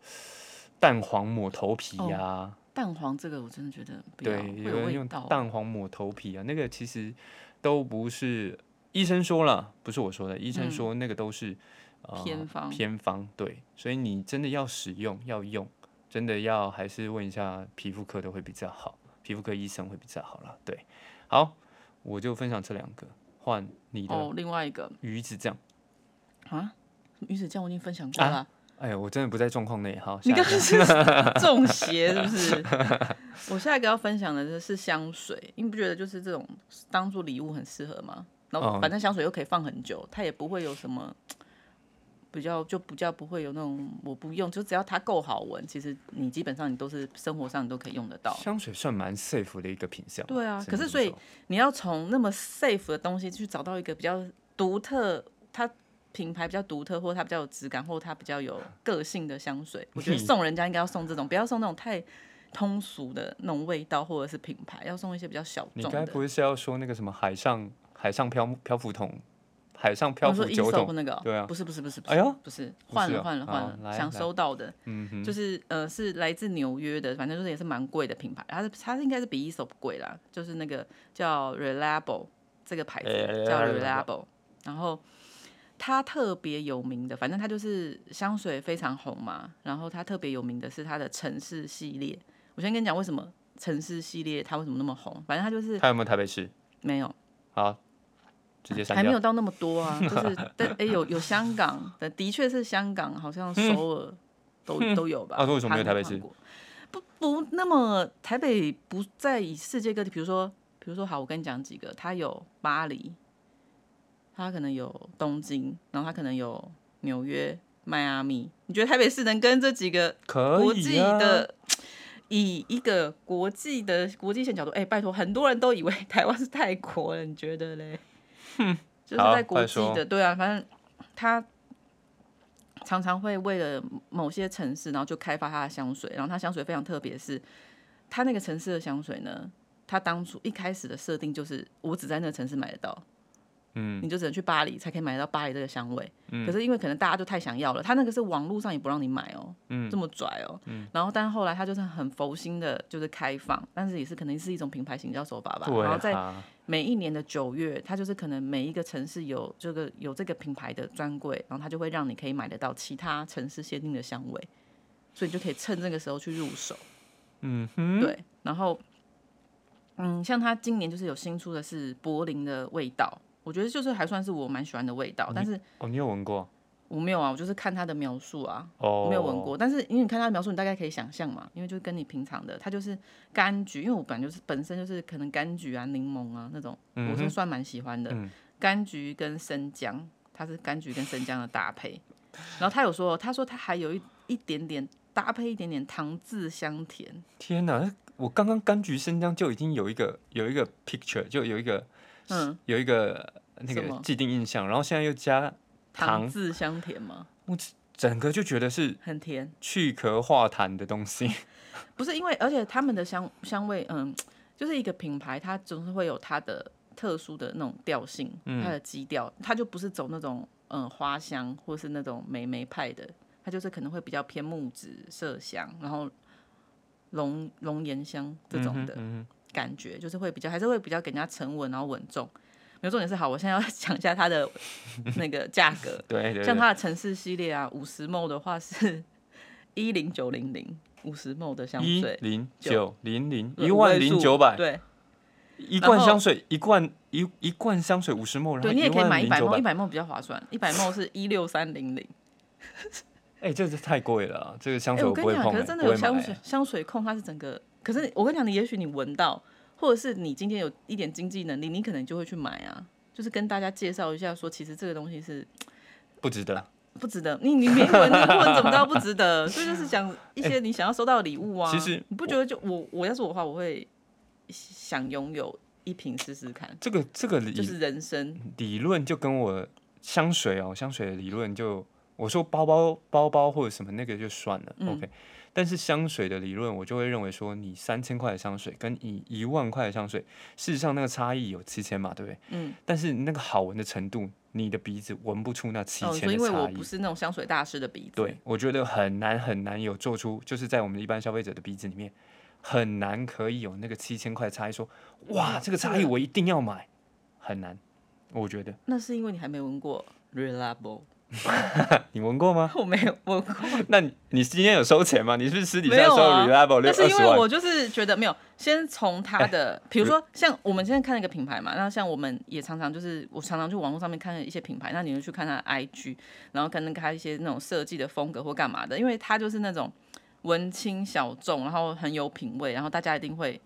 [SPEAKER 1] 蛋黄抹头皮啊呀、
[SPEAKER 2] 蛋黄这个我真的觉得不要，
[SPEAKER 1] 对，
[SPEAKER 2] 会
[SPEAKER 1] 有人
[SPEAKER 2] 味
[SPEAKER 1] 用
[SPEAKER 2] 道。啊
[SPEAKER 1] 蛋黄抹头皮啊，那个其实都不是医生说了，不是我说的，医生
[SPEAKER 2] 嗯
[SPEAKER 1] 说那个都是、呃
[SPEAKER 2] 偏方
[SPEAKER 1] 偏方对，所以你真的要使用要用，真的要还是问一下皮肤科的会比较好，皮肤科医生会比较好啦。对，好，我就分享这两个，换你的
[SPEAKER 2] 哦，另外一个
[SPEAKER 1] 鱼子酱。
[SPEAKER 2] 啊，鱼子酱我已经分享过了，
[SPEAKER 1] 哎呀，我真的不在状况内，好，
[SPEAKER 2] <laughs> 你
[SPEAKER 1] 下一
[SPEAKER 2] 刚
[SPEAKER 1] 个
[SPEAKER 2] 刚是中邪是不 <laughs> 是？我下一个要分享的是香水，你不觉得就是这种当做礼物很适合吗？然后
[SPEAKER 1] 嗯
[SPEAKER 2] 反正香水又可以放很久，它也不会有什么比较，就比较不会有那种我不用，就只要它够好闻，其实你基本上你都是生活上你都可以用得到。
[SPEAKER 1] 香水算蛮 safe 的一个品相，
[SPEAKER 2] 对啊，
[SPEAKER 1] 只
[SPEAKER 2] 可
[SPEAKER 1] 能这
[SPEAKER 2] 是所
[SPEAKER 1] 么
[SPEAKER 2] 以
[SPEAKER 1] 说
[SPEAKER 2] 你要从那么 safe 的东西去找到一个比较独特，它品牌比较独特，或它比较有质感，或它比较有个性的香水。我
[SPEAKER 1] <laughs>
[SPEAKER 2] 觉得
[SPEAKER 1] 你
[SPEAKER 2] 送人家应该要送这种，不要送那种太通俗的那种味道或者是品牌，要送一些比较小
[SPEAKER 1] 你
[SPEAKER 2] 众
[SPEAKER 1] 该
[SPEAKER 2] 的。
[SPEAKER 1] 不会是要说那个什么海上海上漂漂浮桶，海上漂
[SPEAKER 2] 我
[SPEAKER 1] 浮
[SPEAKER 2] 说
[SPEAKER 1] 酒
[SPEAKER 2] ESOP
[SPEAKER 1] 桶？
[SPEAKER 2] 那个哦、
[SPEAKER 1] 对啊
[SPEAKER 2] 不是不是不是，不
[SPEAKER 1] 哎
[SPEAKER 2] 是
[SPEAKER 1] 呦
[SPEAKER 2] 不是
[SPEAKER 1] 不
[SPEAKER 2] 换
[SPEAKER 1] 是
[SPEAKER 2] 了
[SPEAKER 1] 哦
[SPEAKER 2] 换了
[SPEAKER 1] 好
[SPEAKER 2] 换了，
[SPEAKER 1] 来
[SPEAKER 2] 想
[SPEAKER 1] 来
[SPEAKER 2] 收到的，
[SPEAKER 1] 嗯哼，
[SPEAKER 2] 就是呃是来自纽约的，反正就是也是蛮贵的品牌，它是它应该是比 ESOP 贵啦，就是那个叫 Reliable 这个牌子
[SPEAKER 1] 哎
[SPEAKER 2] 叫
[SPEAKER 1] Reliable
[SPEAKER 2] Reliable，然后它特别有名的，反正它就是香水非常红嘛，然后它特别有名的是它的城市系列，我先跟你讲为什么城市系列它为什么那么红，反正它就是
[SPEAKER 1] 他有没有台北市？
[SPEAKER 2] 没有。
[SPEAKER 1] 好，直接删
[SPEAKER 2] 还没
[SPEAKER 1] 掉。
[SPEAKER 2] 有到那么多啊，就是 <laughs> 但哎、有有香港的，的确是香港，好像首尔都、都有吧。
[SPEAKER 1] 嗯啊为什么没有台北市
[SPEAKER 2] 韩国？不不，那么台北不在以世界各地，比如说比如说好，我跟你讲几个，它有巴黎，它可能有东京，然后它可能有纽约、迈阿密。你觉得台北市能跟这几个
[SPEAKER 1] 可
[SPEAKER 2] 国际
[SPEAKER 1] 以啊，
[SPEAKER 2] 的，以一个国际的国际线角度，哎、拜托，很多人都以为 <laughs> 台湾是泰国了，你觉得嘞？就是
[SPEAKER 1] 好
[SPEAKER 2] 在国
[SPEAKER 1] 快
[SPEAKER 2] 际
[SPEAKER 1] 说
[SPEAKER 2] 的，对啊，反正他常常会为了某些城市，然后就开发他的香水，然后他香水非常特别，是他那个城市的香水呢，他当初一开始的设定就是我只在那个城市买得到，
[SPEAKER 1] 嗯，
[SPEAKER 2] 你就只能去巴黎才可以买得到巴黎这个香味。可是因为可能大家就太想要了，他那个是网络上也不让你买哦，
[SPEAKER 1] 嗯
[SPEAKER 2] 这么拽哦。然后但是后来他就是很佛心的，就是开放，但是也是可能是一种品牌行销手法吧。
[SPEAKER 1] 对
[SPEAKER 2] 然后在
[SPEAKER 1] 啊，
[SPEAKER 2] 每一年的九月，它就是可能每一个城市有这个有这个品牌的专柜，然后它就会让你可以买得到其他城市限定的香味，所以你就可以趁这个时候去入手。
[SPEAKER 1] 嗯哼，
[SPEAKER 2] 对，然后，嗯，像它今年就是有新出的是柏林的味道，我觉得就是还算是我蛮喜欢的味道，但是
[SPEAKER 1] 哦，你有闻过？
[SPEAKER 2] 我没有啊，我就是看它的描述啊，
[SPEAKER 1] 哦，
[SPEAKER 2] 我没有闻。过，但是因为你看它的描述，你大概可以想象嘛，因为就跟你平常的，它就是柑橘，因为我本来就是本身就是可能柑橘啊、柠檬啊那种，
[SPEAKER 1] 嗯
[SPEAKER 2] 我是算蛮喜欢的。柑橘跟生姜，它是柑橘跟生姜的搭配。然后他有说，他说他还有一一点点搭配一点点糖渍香甜，
[SPEAKER 1] 天哪，我刚刚柑橘生姜就已经有一个有一个 picture，就有一个
[SPEAKER 2] 嗯，
[SPEAKER 1] 有一个那
[SPEAKER 2] 什么
[SPEAKER 1] 个既定印象，然后现在又加
[SPEAKER 2] 糖
[SPEAKER 1] 糖，
[SPEAKER 2] 渍香甜嘛，
[SPEAKER 1] 整个就觉得是
[SPEAKER 2] 很甜。
[SPEAKER 1] 去壳化痰的东西。
[SPEAKER 2] 不是因为，而且他们的香香味，嗯，就是一个品牌，它总是会有它的特殊的那种调性，它的基调，它就不是走那种嗯花香或是那种梅梅派的，它就是可能会比较偏木质麝香，然后龙龙涎香这 <laughs> 种
[SPEAKER 1] 嗯
[SPEAKER 2] 的感觉，就是会比较还是会比较给人家沉稳然后稳重。没有重点是好，我现在要讲一下它的那个价格，
[SPEAKER 1] 对对
[SPEAKER 2] 像
[SPEAKER 1] 对，
[SPEAKER 2] 它的城市系列啊，五十 ml 的话是 <laughs> 一零九零零，五十 ml 的香
[SPEAKER 1] 一
[SPEAKER 2] 水。
[SPEAKER 1] 零九零零
[SPEAKER 2] 对
[SPEAKER 1] 一万零九百。
[SPEAKER 2] 对
[SPEAKER 1] 一
[SPEAKER 2] 然
[SPEAKER 1] 罐
[SPEAKER 2] 后
[SPEAKER 1] 香水，一罐一一罐香水五十 ml，然后
[SPEAKER 2] 对，你也可以买一百
[SPEAKER 1] 10900
[SPEAKER 2] 梦，一百梦比较划算，一百梦是一六三零零。
[SPEAKER 1] 哎，这是太贵了啊，这个香
[SPEAKER 2] 哎、
[SPEAKER 1] 水
[SPEAKER 2] 我跟
[SPEAKER 1] 不
[SPEAKER 2] 你
[SPEAKER 1] 会碰
[SPEAKER 2] 讲，可
[SPEAKER 1] 哎，
[SPEAKER 2] 是真的
[SPEAKER 1] 不会
[SPEAKER 2] 有
[SPEAKER 1] 买
[SPEAKER 2] 香
[SPEAKER 1] 哎
[SPEAKER 2] 水香水控，它是整个可是我跟你讲，你也许你闻到，或者是你今天有一点经济能力，你可能就会去买啊。就是跟大家介绍一下说其实这个东西是
[SPEAKER 1] 不值得。
[SPEAKER 2] 不值得。你你没闻，你不闻怎么知道不值
[SPEAKER 1] <laughs>
[SPEAKER 2] 得？所以就是讲一些你想要收到的礼物啊。
[SPEAKER 1] 哎其实
[SPEAKER 2] 你不觉得就我我要是我的话，我会想拥有一瓶试试看，
[SPEAKER 1] 这个这个理、
[SPEAKER 2] 就是人生。
[SPEAKER 1] 理论就跟我香水哦，香水的理论就我说包包包包或者什么那个就算了、o
[SPEAKER 2] 嗯
[SPEAKER 1] k 但是香水的理论，我就会认为说，你三千块的香水跟你一万块的香水，事实上那个差异有七千嘛，对不对？
[SPEAKER 2] 嗯。
[SPEAKER 1] 但是那个好闻的程度，你的鼻子闻不出那七
[SPEAKER 2] 哦，你
[SPEAKER 1] 千
[SPEAKER 2] 说
[SPEAKER 1] 的
[SPEAKER 2] 因为我
[SPEAKER 1] 差异。
[SPEAKER 2] 不是那种香水大师的鼻子，
[SPEAKER 1] 对，我觉得很难很难有做出，就是在我们一般消费者的鼻子里面，很难可以有那个七千块差异说，哇，这个差异我一定要买，很难，我觉得。
[SPEAKER 2] 那是因为你还没闻过 reliable，
[SPEAKER 1] 你闻过吗？
[SPEAKER 2] <laughs> 我没有闻过，
[SPEAKER 1] 那你你今天有收钱吗？你是不是私底
[SPEAKER 2] 没
[SPEAKER 1] 下
[SPEAKER 2] 有
[SPEAKER 1] 收
[SPEAKER 2] 啊。
[SPEAKER 1] reliable 六
[SPEAKER 2] 但是
[SPEAKER 1] 哦二
[SPEAKER 2] 因
[SPEAKER 1] 十
[SPEAKER 2] 为
[SPEAKER 1] 万？哎
[SPEAKER 2] 我就是觉得没有，先从它的，比如说像我们现在看那个品牌嘛，那像我们也常常就是我常常去网络上面看一些品牌，那你就去看它的 IG，然后可能它一些那种设计的风格或干嘛的，因为它就是那种文青小众，然后很有品味，然后大家一定会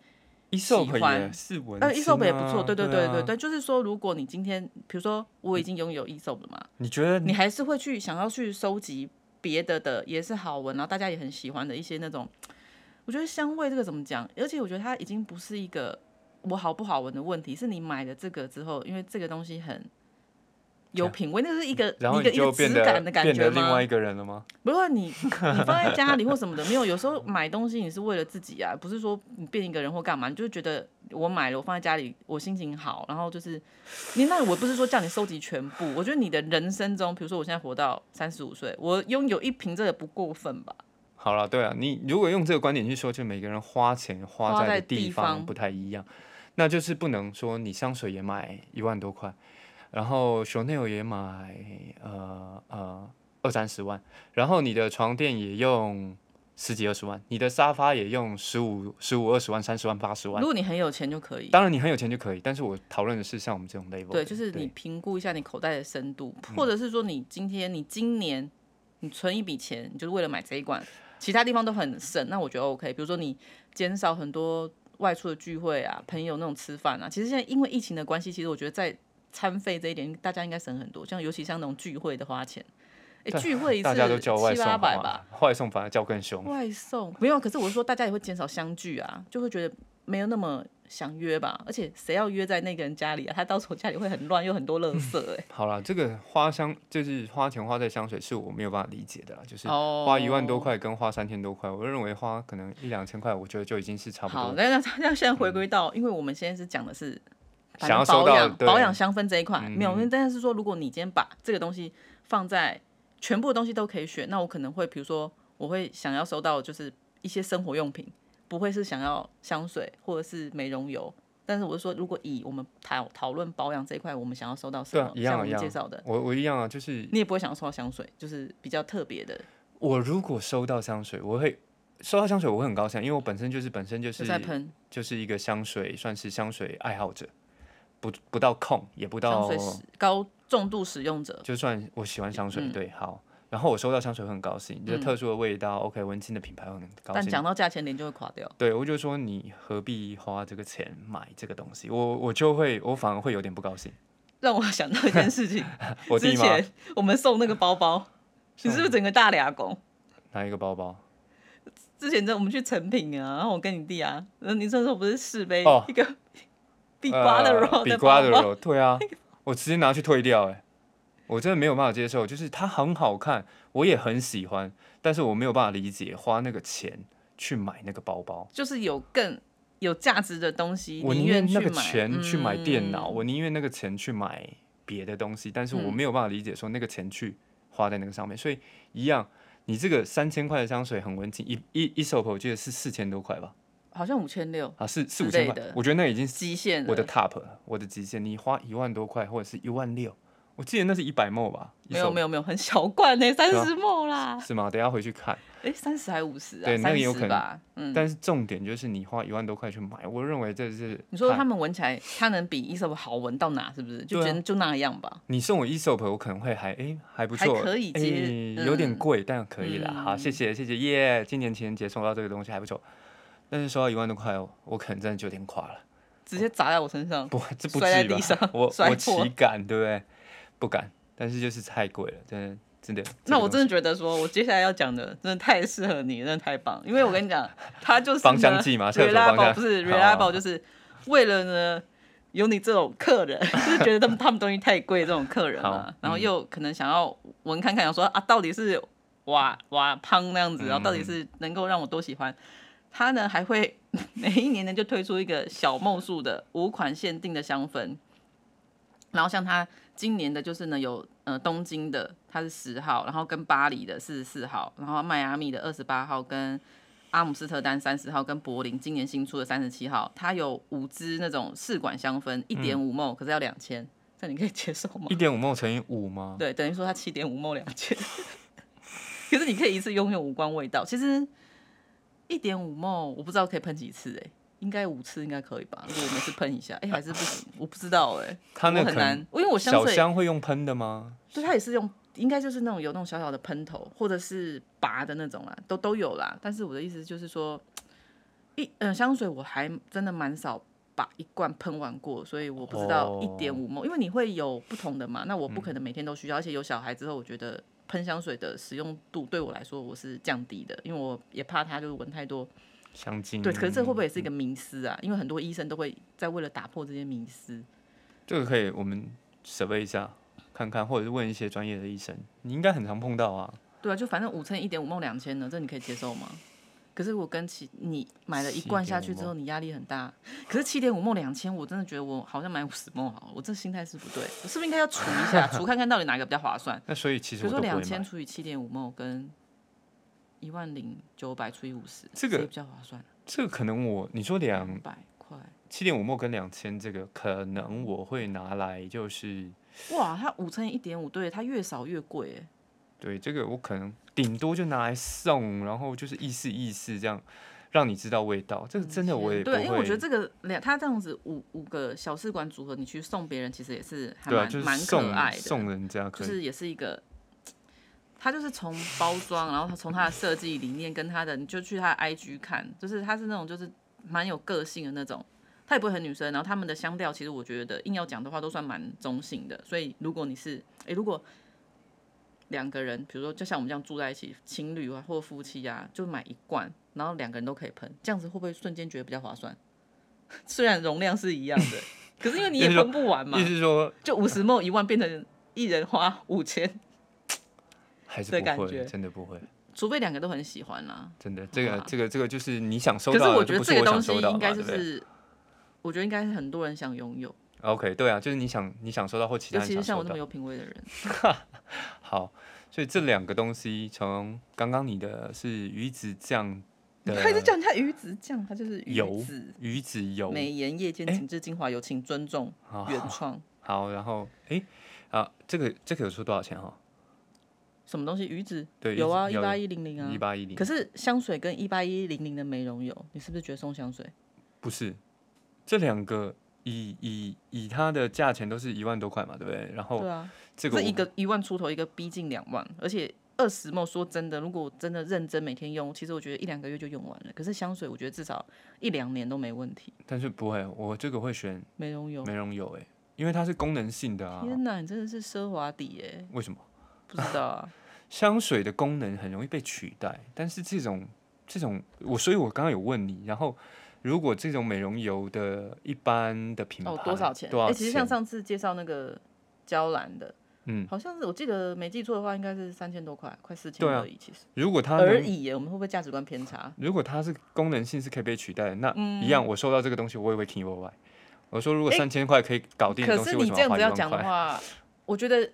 [SPEAKER 1] 一售可
[SPEAKER 2] 喜
[SPEAKER 1] 也
[SPEAKER 2] 欢
[SPEAKER 1] 是闻、啊，
[SPEAKER 2] 呃 e s o p 也不错，对对对
[SPEAKER 1] 啊
[SPEAKER 2] 对对，就是说，如果你今天，比如说我已经拥有 e s o p 了嘛，
[SPEAKER 1] 你觉得
[SPEAKER 2] 你还是会去想要去收集别的的，也是好闻，然后大家也很喜欢的一些那种，我觉得香味这个怎么讲？而且我觉得它已经不是一个我好不好闻的问题，是你买了这个之后，因为这个东西很有品味，那是一个
[SPEAKER 1] 然后
[SPEAKER 2] 一个
[SPEAKER 1] 你
[SPEAKER 2] 一个
[SPEAKER 1] 就变
[SPEAKER 2] 质
[SPEAKER 1] 得
[SPEAKER 2] 感的感
[SPEAKER 1] 变
[SPEAKER 2] 觉
[SPEAKER 1] 得另
[SPEAKER 2] 吗
[SPEAKER 1] 外？一个人了吗？
[SPEAKER 2] 不是你，你放在家里或什么的，没有。有时候买东西你是为了自己啊，不是说你变一个人或干嘛，你就觉得我买了，我放在家里，我心情好，然后就是你那我不是说叫你收集全部，我觉得你的人生中，比如说我现在活到三十五岁，我拥有一瓶这个不过分吧？
[SPEAKER 1] 好了，对啊，你如果用这个观点去说，就每个人花钱花
[SPEAKER 2] 花
[SPEAKER 1] 在的
[SPEAKER 2] 在
[SPEAKER 1] 地
[SPEAKER 2] 地
[SPEAKER 1] 方
[SPEAKER 2] 方
[SPEAKER 1] 不太一样，那就是不能说你香水也买一万多块，然后 Chanel 也买呃呃二三十万，然后你的床垫也用十几二十万，你的沙发也用十五十五二十万三十万八十万
[SPEAKER 2] 如。果你很有钱就可以。
[SPEAKER 1] 当然你很有钱就可以，但是我讨论的是像我们这种 level，
[SPEAKER 2] 对，
[SPEAKER 1] 的
[SPEAKER 2] 就是你评估一下你口袋的深度，
[SPEAKER 1] 嗯
[SPEAKER 2] 或者是说你今天你今年你存一笔钱，你就是为了买这一罐，其他地方都很省，那我觉得 OK。比如说你减少很多外出的聚会啊，朋友那种吃饭啊，其实现在因为疫情的关系，其实我觉得在餐费这一点大家应该省很多，像尤其像那种聚会的花钱，哎、聚会一次
[SPEAKER 1] 大家都叫外
[SPEAKER 2] 七
[SPEAKER 1] 送
[SPEAKER 2] 八
[SPEAKER 1] 好
[SPEAKER 2] 百
[SPEAKER 1] 吗
[SPEAKER 2] 吧，？
[SPEAKER 1] 外送反而叫更凶。
[SPEAKER 2] 外送没有，可是我是说大家也会减少相聚啊，就会觉得没有那么想约吧。而且谁要约在那个人家里啊？他到时候家里会很乱，又很多垃圾哎、
[SPEAKER 1] 好了，这个花香就是花钱花在香水，是我没有办法理解的啦。就是
[SPEAKER 2] 哦
[SPEAKER 1] 花一万多块跟花三千多块，我认为花可能一两千块，我觉得就已经是差不
[SPEAKER 2] 好，
[SPEAKER 1] 多。嗯
[SPEAKER 2] 那那那现在回归到，因为我们现在是讲的是反
[SPEAKER 1] 想要
[SPEAKER 2] 正
[SPEAKER 1] 收
[SPEAKER 2] 保
[SPEAKER 1] 到
[SPEAKER 2] 养
[SPEAKER 1] 对
[SPEAKER 2] 保养香氛这一块、没有，
[SPEAKER 1] 嗯
[SPEAKER 2] 但是说如果你今天把这个东西放在全部的东西都可以选，那我可能会比如说我会想要收到就是一些生活用品，不会是想要香水或者是美容油。但是我是说，如果以我们讨讨论保养这一块，我们想要收到什
[SPEAKER 1] 对啊
[SPEAKER 2] 么，？
[SPEAKER 1] 一
[SPEAKER 2] 像
[SPEAKER 1] 样
[SPEAKER 2] 我
[SPEAKER 1] 一样
[SPEAKER 2] 们介绍的，，
[SPEAKER 1] 我我一样啊，就是
[SPEAKER 2] 你也不会想要收到香水，就是比较特别的，
[SPEAKER 1] 我如果收到香水，我会收到香水，我会很高兴，啊因为我本身就是本身就
[SPEAKER 2] 就是在喷
[SPEAKER 1] 就是一个香水，算是香水爱好者，不不到控，也不
[SPEAKER 2] 香
[SPEAKER 1] 到
[SPEAKER 2] 水使高重度使用者。
[SPEAKER 1] 就算我喜欢香水，
[SPEAKER 2] 嗯
[SPEAKER 1] 对，好。然后我收到香水会很高兴，这特殊的味道、o k 文青的品牌我很高
[SPEAKER 2] 但
[SPEAKER 1] 兴。
[SPEAKER 2] 讲到价钱，脸就会垮掉。
[SPEAKER 1] 对，我就说你何必花这个钱买这个东西？我我就会，我反而会有点不高兴。 <laughs>
[SPEAKER 2] 让我想到一件事情，
[SPEAKER 1] 我
[SPEAKER 2] 之
[SPEAKER 1] 弟吗？
[SPEAKER 2] 前我们送那个包
[SPEAKER 1] <laughs>
[SPEAKER 2] 包，你是不是整个大俩拱？
[SPEAKER 1] 嗯拿一个包包，
[SPEAKER 2] 之前在我们去成品啊，然后我跟你弟啊，然后你那时候不是试杯、
[SPEAKER 1] 哦
[SPEAKER 2] 一个比瓜的肉
[SPEAKER 1] 呃比
[SPEAKER 2] 的
[SPEAKER 1] 瓜
[SPEAKER 2] 包
[SPEAKER 1] 的
[SPEAKER 2] 包，
[SPEAKER 1] 肉，对
[SPEAKER 2] <laughs>
[SPEAKER 1] 啊，我直接拿去退掉、哎，我真的没有办法接受，就是它很好看，我也很喜欢，但是我没有办法理解花那个钱去买那个包包。
[SPEAKER 2] 就是有更有价值的东西，
[SPEAKER 1] 我
[SPEAKER 2] 宁
[SPEAKER 1] 宁
[SPEAKER 2] 愿
[SPEAKER 1] 愿
[SPEAKER 2] 去
[SPEAKER 1] 那个
[SPEAKER 2] 买
[SPEAKER 1] 钱去买电脑，
[SPEAKER 2] 嗯
[SPEAKER 1] 我宁愿那个钱去买别的东西，但是我没有办法理解说那个钱去花在那个上面。所以一样，你这个三千块的香水很文静，一一一手我记得是四千多块吧，
[SPEAKER 2] 好像五千六
[SPEAKER 1] 啊是四
[SPEAKER 2] 之
[SPEAKER 1] 五千
[SPEAKER 2] 类
[SPEAKER 1] 块
[SPEAKER 2] 的，
[SPEAKER 1] 我觉得那已经是
[SPEAKER 2] 极限了
[SPEAKER 1] 我的 top 了，我的极限。你花一万多块或者是一万六，我记得那是一百墨吧？
[SPEAKER 2] 没有没
[SPEAKER 1] 有
[SPEAKER 2] 有没有很小罐呢、欸，三
[SPEAKER 1] 啊
[SPEAKER 2] 十沫啦，
[SPEAKER 1] 是吗？等一下回去看。
[SPEAKER 2] 哎、三十还五十啊，
[SPEAKER 1] 对那个有可能
[SPEAKER 2] 30吧，嗯。
[SPEAKER 1] 但是重点就是你花一万多块去买，我认为这是
[SPEAKER 2] 你说
[SPEAKER 1] 太
[SPEAKER 2] 他们闻起来，它能比 e s o 好闻到哪？是不是？就
[SPEAKER 1] 对啊
[SPEAKER 2] 觉得就那样吧。
[SPEAKER 1] 你送我 ESOP，我可能会还哎、还不
[SPEAKER 2] 还
[SPEAKER 1] 错，
[SPEAKER 2] 可以接
[SPEAKER 1] 诶有点
[SPEAKER 2] 嗯
[SPEAKER 1] 贵，但可以啦。好，
[SPEAKER 2] 嗯
[SPEAKER 1] 谢谢谢谢耶今年情人节送到这个东西还不错，但是收到一万多块，哦我可能真的就有点垮了。 <laughs>
[SPEAKER 2] 直接砸在我身上，
[SPEAKER 1] 不，这不至
[SPEAKER 2] 摔在
[SPEAKER 1] 于
[SPEAKER 2] 地
[SPEAKER 1] 吧？
[SPEAKER 2] 上
[SPEAKER 1] 我
[SPEAKER 2] 摔
[SPEAKER 1] 我
[SPEAKER 2] 破
[SPEAKER 1] 岂敢，对不对？不敢，但是就是太贵了，真的真的。这
[SPEAKER 2] 那
[SPEAKER 1] 个
[SPEAKER 2] 我
[SPEAKER 1] 东
[SPEAKER 2] 真的觉得说，我接下来要讲的真的太适合你，真的太棒，因为我跟
[SPEAKER 1] <laughs>
[SPEAKER 2] 你讲，它就是
[SPEAKER 1] 芳香
[SPEAKER 2] 呢
[SPEAKER 1] 剂
[SPEAKER 2] <laughs>
[SPEAKER 1] 吗厕所哦芳香
[SPEAKER 2] ，reliable 不是
[SPEAKER 1] 好好
[SPEAKER 2] reliable，
[SPEAKER 1] 好
[SPEAKER 2] 就是为了呢有你这种客人，就是觉得他们他们东西太贵这种客人
[SPEAKER 1] 好嗯
[SPEAKER 2] 嘛，然后又可能想要闻看看，想说啊，到底是瓦瓦胖那样子，然后到
[SPEAKER 1] 嗯
[SPEAKER 2] 底是能够让我多喜欢。它呢还会 <laughs> 每一年呢就推出一个小梦数的五款限定的香氛，然后像它今年的就是呢有呃东京的它是十号，然后跟巴黎的四十四号，然后迈阿密的二十八号跟阿姆斯特丹三十号跟柏林今年新出的三十七号，它有五支那种试管香氛，一点五 ml，可是要两千，这你可以接受吗
[SPEAKER 1] 嗯一？点五梦乘以五吗？
[SPEAKER 2] 对，等于说它七点五 ml 两千， <laughs> 可是你可以一次拥有五罐味道。其实一点五 ml 我不知道可以喷几次哎、应该五次应该可以吧？如果我每次喷一下，哎、还是不行，我不知道哎、
[SPEAKER 1] 它那
[SPEAKER 2] 我
[SPEAKER 1] 个
[SPEAKER 2] 很
[SPEAKER 1] 可
[SPEAKER 2] 难
[SPEAKER 1] 能，
[SPEAKER 2] 因为我香
[SPEAKER 1] 小
[SPEAKER 2] 水
[SPEAKER 1] 香会用喷的吗？
[SPEAKER 2] 对，它也是用，应该就是那种有那种小小的喷头，或者是拔的那种啦，都都有啦。但是我的意思就是说，一嗯、呃香水我还真的蛮少把一罐喷完过，所以我不知道一
[SPEAKER 1] 哦
[SPEAKER 2] 点五因为你会有不同的嘛，那我不可能每天都需要，而且有小孩之后，我觉得喷香水的使用度对我来说我是降低的，因为我也怕它就是闻太多
[SPEAKER 1] 香精
[SPEAKER 2] 对，可是这会不会也是一个迷思啊？因为很多医生都会在为了打破这些迷思，
[SPEAKER 1] 这个可以我们 survey 一下看看，或者是问一些专业的医生，你应该很常碰到啊。
[SPEAKER 2] 对啊，就反正五乘一点五梦两千呢，这你可以接受吗？可是我跟其你买了一罐下去之后，你压力很大。可是七点五梦两千，我真的觉得我好像买五十梦好了，我这心态是不对，我是不是应该要除一下，除看看到底哪个比较划算？
[SPEAKER 1] 那所以其
[SPEAKER 2] 比
[SPEAKER 1] 实我
[SPEAKER 2] 如说
[SPEAKER 1] 都不会
[SPEAKER 2] 两千
[SPEAKER 1] 买。
[SPEAKER 2] 除以七点五梦跟一万零九百除以五十，
[SPEAKER 1] 这个嗯
[SPEAKER 2] 谁比较划算？
[SPEAKER 1] 这个可能我你说两
[SPEAKER 2] 两百块，
[SPEAKER 1] 七点五墨跟两千这个，可能我会拿来就是
[SPEAKER 2] 哇，它五乘一点五，对，它越少越贵哎。
[SPEAKER 1] 对这个我可能顶多就拿来送，然后就是意思意思这样，让你知道味道。这个真的我也不
[SPEAKER 2] 嗯对，
[SPEAKER 1] 会。
[SPEAKER 2] 因为我觉得这个两，它这样子五五个小试管组合，你去送别人，其实也是还
[SPEAKER 1] 对啊，
[SPEAKER 2] 蛮
[SPEAKER 1] 就是
[SPEAKER 2] 蛮、
[SPEAKER 1] 送
[SPEAKER 2] 可爱的。
[SPEAKER 1] 送人家啊可
[SPEAKER 2] 就
[SPEAKER 1] 以。
[SPEAKER 2] 是也是一个，它就是从包装，然后它从它的设计理念跟它的，你就去它的 IG 看，就是它是那种就是蛮有个性的那种，它也不会很女生，然后他们的香调其实我觉得硬要讲的话都算蛮中性的，所以如果你是诶，如果两个人，比如说就像我们这样住在一起，情侣啊或夫妻啊，就买一罐，然后两个人都可以喷，这样子会不会瞬间觉得比较划算？ <laughs> 虽然容量是一样的，可是因为你也
[SPEAKER 1] 就是说
[SPEAKER 2] 喷不完嘛
[SPEAKER 1] 意，思是说
[SPEAKER 2] 就五十梦一万变成一人花五千，
[SPEAKER 1] 还是
[SPEAKER 2] 的感
[SPEAKER 1] 不会，
[SPEAKER 2] 觉
[SPEAKER 1] 真的不会，
[SPEAKER 2] 除非两个都很喜欢啦。
[SPEAKER 1] 真的这个
[SPEAKER 2] 哇
[SPEAKER 1] 这个这个就是你想收
[SPEAKER 2] 可是
[SPEAKER 1] 到的，就
[SPEAKER 2] 觉得
[SPEAKER 1] 不
[SPEAKER 2] 这
[SPEAKER 1] 是
[SPEAKER 2] 个
[SPEAKER 1] 我
[SPEAKER 2] 东
[SPEAKER 1] 想
[SPEAKER 2] 西
[SPEAKER 1] 收到的
[SPEAKER 2] 应
[SPEAKER 1] 嘛，
[SPEAKER 2] 该
[SPEAKER 1] 对
[SPEAKER 2] 就
[SPEAKER 1] 不对
[SPEAKER 2] 是，我觉得应该是很多人想拥有，
[SPEAKER 1] ？OK，对啊，就是你想你想收到或其
[SPEAKER 2] 尤
[SPEAKER 1] 他人
[SPEAKER 2] 其是
[SPEAKER 1] 想
[SPEAKER 2] 像
[SPEAKER 1] 收
[SPEAKER 2] 我那
[SPEAKER 1] 到
[SPEAKER 2] 么。有品味的人。
[SPEAKER 1] 好，所以这两个东西从刚刚你的是鱼子酱
[SPEAKER 2] <laughs>
[SPEAKER 1] 的
[SPEAKER 2] 他一直叫人家鱼子酱，它就是鱼
[SPEAKER 1] 油
[SPEAKER 2] 子。
[SPEAKER 1] 鱼子油，哎啊
[SPEAKER 2] 美颜夜间紧致精华油，请尊重
[SPEAKER 1] 好
[SPEAKER 2] 原
[SPEAKER 1] <laughs>
[SPEAKER 2] 创。
[SPEAKER 1] 好，然后诶，啊，这个这个有说多少钱哈？
[SPEAKER 2] 什么东西？鱼子？
[SPEAKER 1] 对
[SPEAKER 2] 有啊，
[SPEAKER 1] 鱼
[SPEAKER 2] 一
[SPEAKER 1] 子有
[SPEAKER 2] 八一零零啊
[SPEAKER 1] 一。八一零
[SPEAKER 2] 可，是香水跟一八一零零的美容油，你是不是觉得送香水？
[SPEAKER 1] 不是这两个以以以它的价钱都是一万多块嘛，对不对？然后
[SPEAKER 2] 对啊，
[SPEAKER 1] 这个
[SPEAKER 2] 一
[SPEAKER 1] 我
[SPEAKER 2] 个一万出头，一个逼近两万，而且二十梦说真的，如果真的认真每天用，其实我觉得一两个月就用完了。可是香水，我觉得至少一两年都没问题。
[SPEAKER 1] 但是不会，我这个会选
[SPEAKER 2] 美容油，
[SPEAKER 1] 美容油诶，因为它是功能性的啊。
[SPEAKER 2] 天哪，你真的是奢华底耶！
[SPEAKER 1] 为什么？
[SPEAKER 2] 不知道
[SPEAKER 1] <laughs>
[SPEAKER 2] 啊，
[SPEAKER 1] 香水的功能很容易被取代，但是这种这种我，所以我刚刚有问你，然后如果这种美容油的一般的品牌
[SPEAKER 2] 哦，多少钱？
[SPEAKER 1] 多少
[SPEAKER 2] 哎
[SPEAKER 1] 钱？
[SPEAKER 2] 其实像上次介绍那个娇兰的，
[SPEAKER 1] 嗯，
[SPEAKER 2] 好像是我记得没记错的话，应该是三千多块，快四千
[SPEAKER 1] 对啊
[SPEAKER 2] 而已，其实
[SPEAKER 1] 如果它
[SPEAKER 2] 而
[SPEAKER 1] 能，
[SPEAKER 2] 已耶。我们会不会价值观偏差？
[SPEAKER 1] 如果它是功能性是可以被取代的，那
[SPEAKER 2] 嗯
[SPEAKER 1] 一样我收到这个东西，我也会 k i y 我说如果三千块可以搞定的
[SPEAKER 2] 可
[SPEAKER 1] 东西，
[SPEAKER 2] 是
[SPEAKER 1] 为
[SPEAKER 2] 你
[SPEAKER 1] 什
[SPEAKER 2] 这
[SPEAKER 1] 么要
[SPEAKER 2] 样
[SPEAKER 1] 花
[SPEAKER 2] 子
[SPEAKER 1] 一万 <laughs>
[SPEAKER 2] 要讲的
[SPEAKER 1] 块？
[SPEAKER 2] 话，我觉得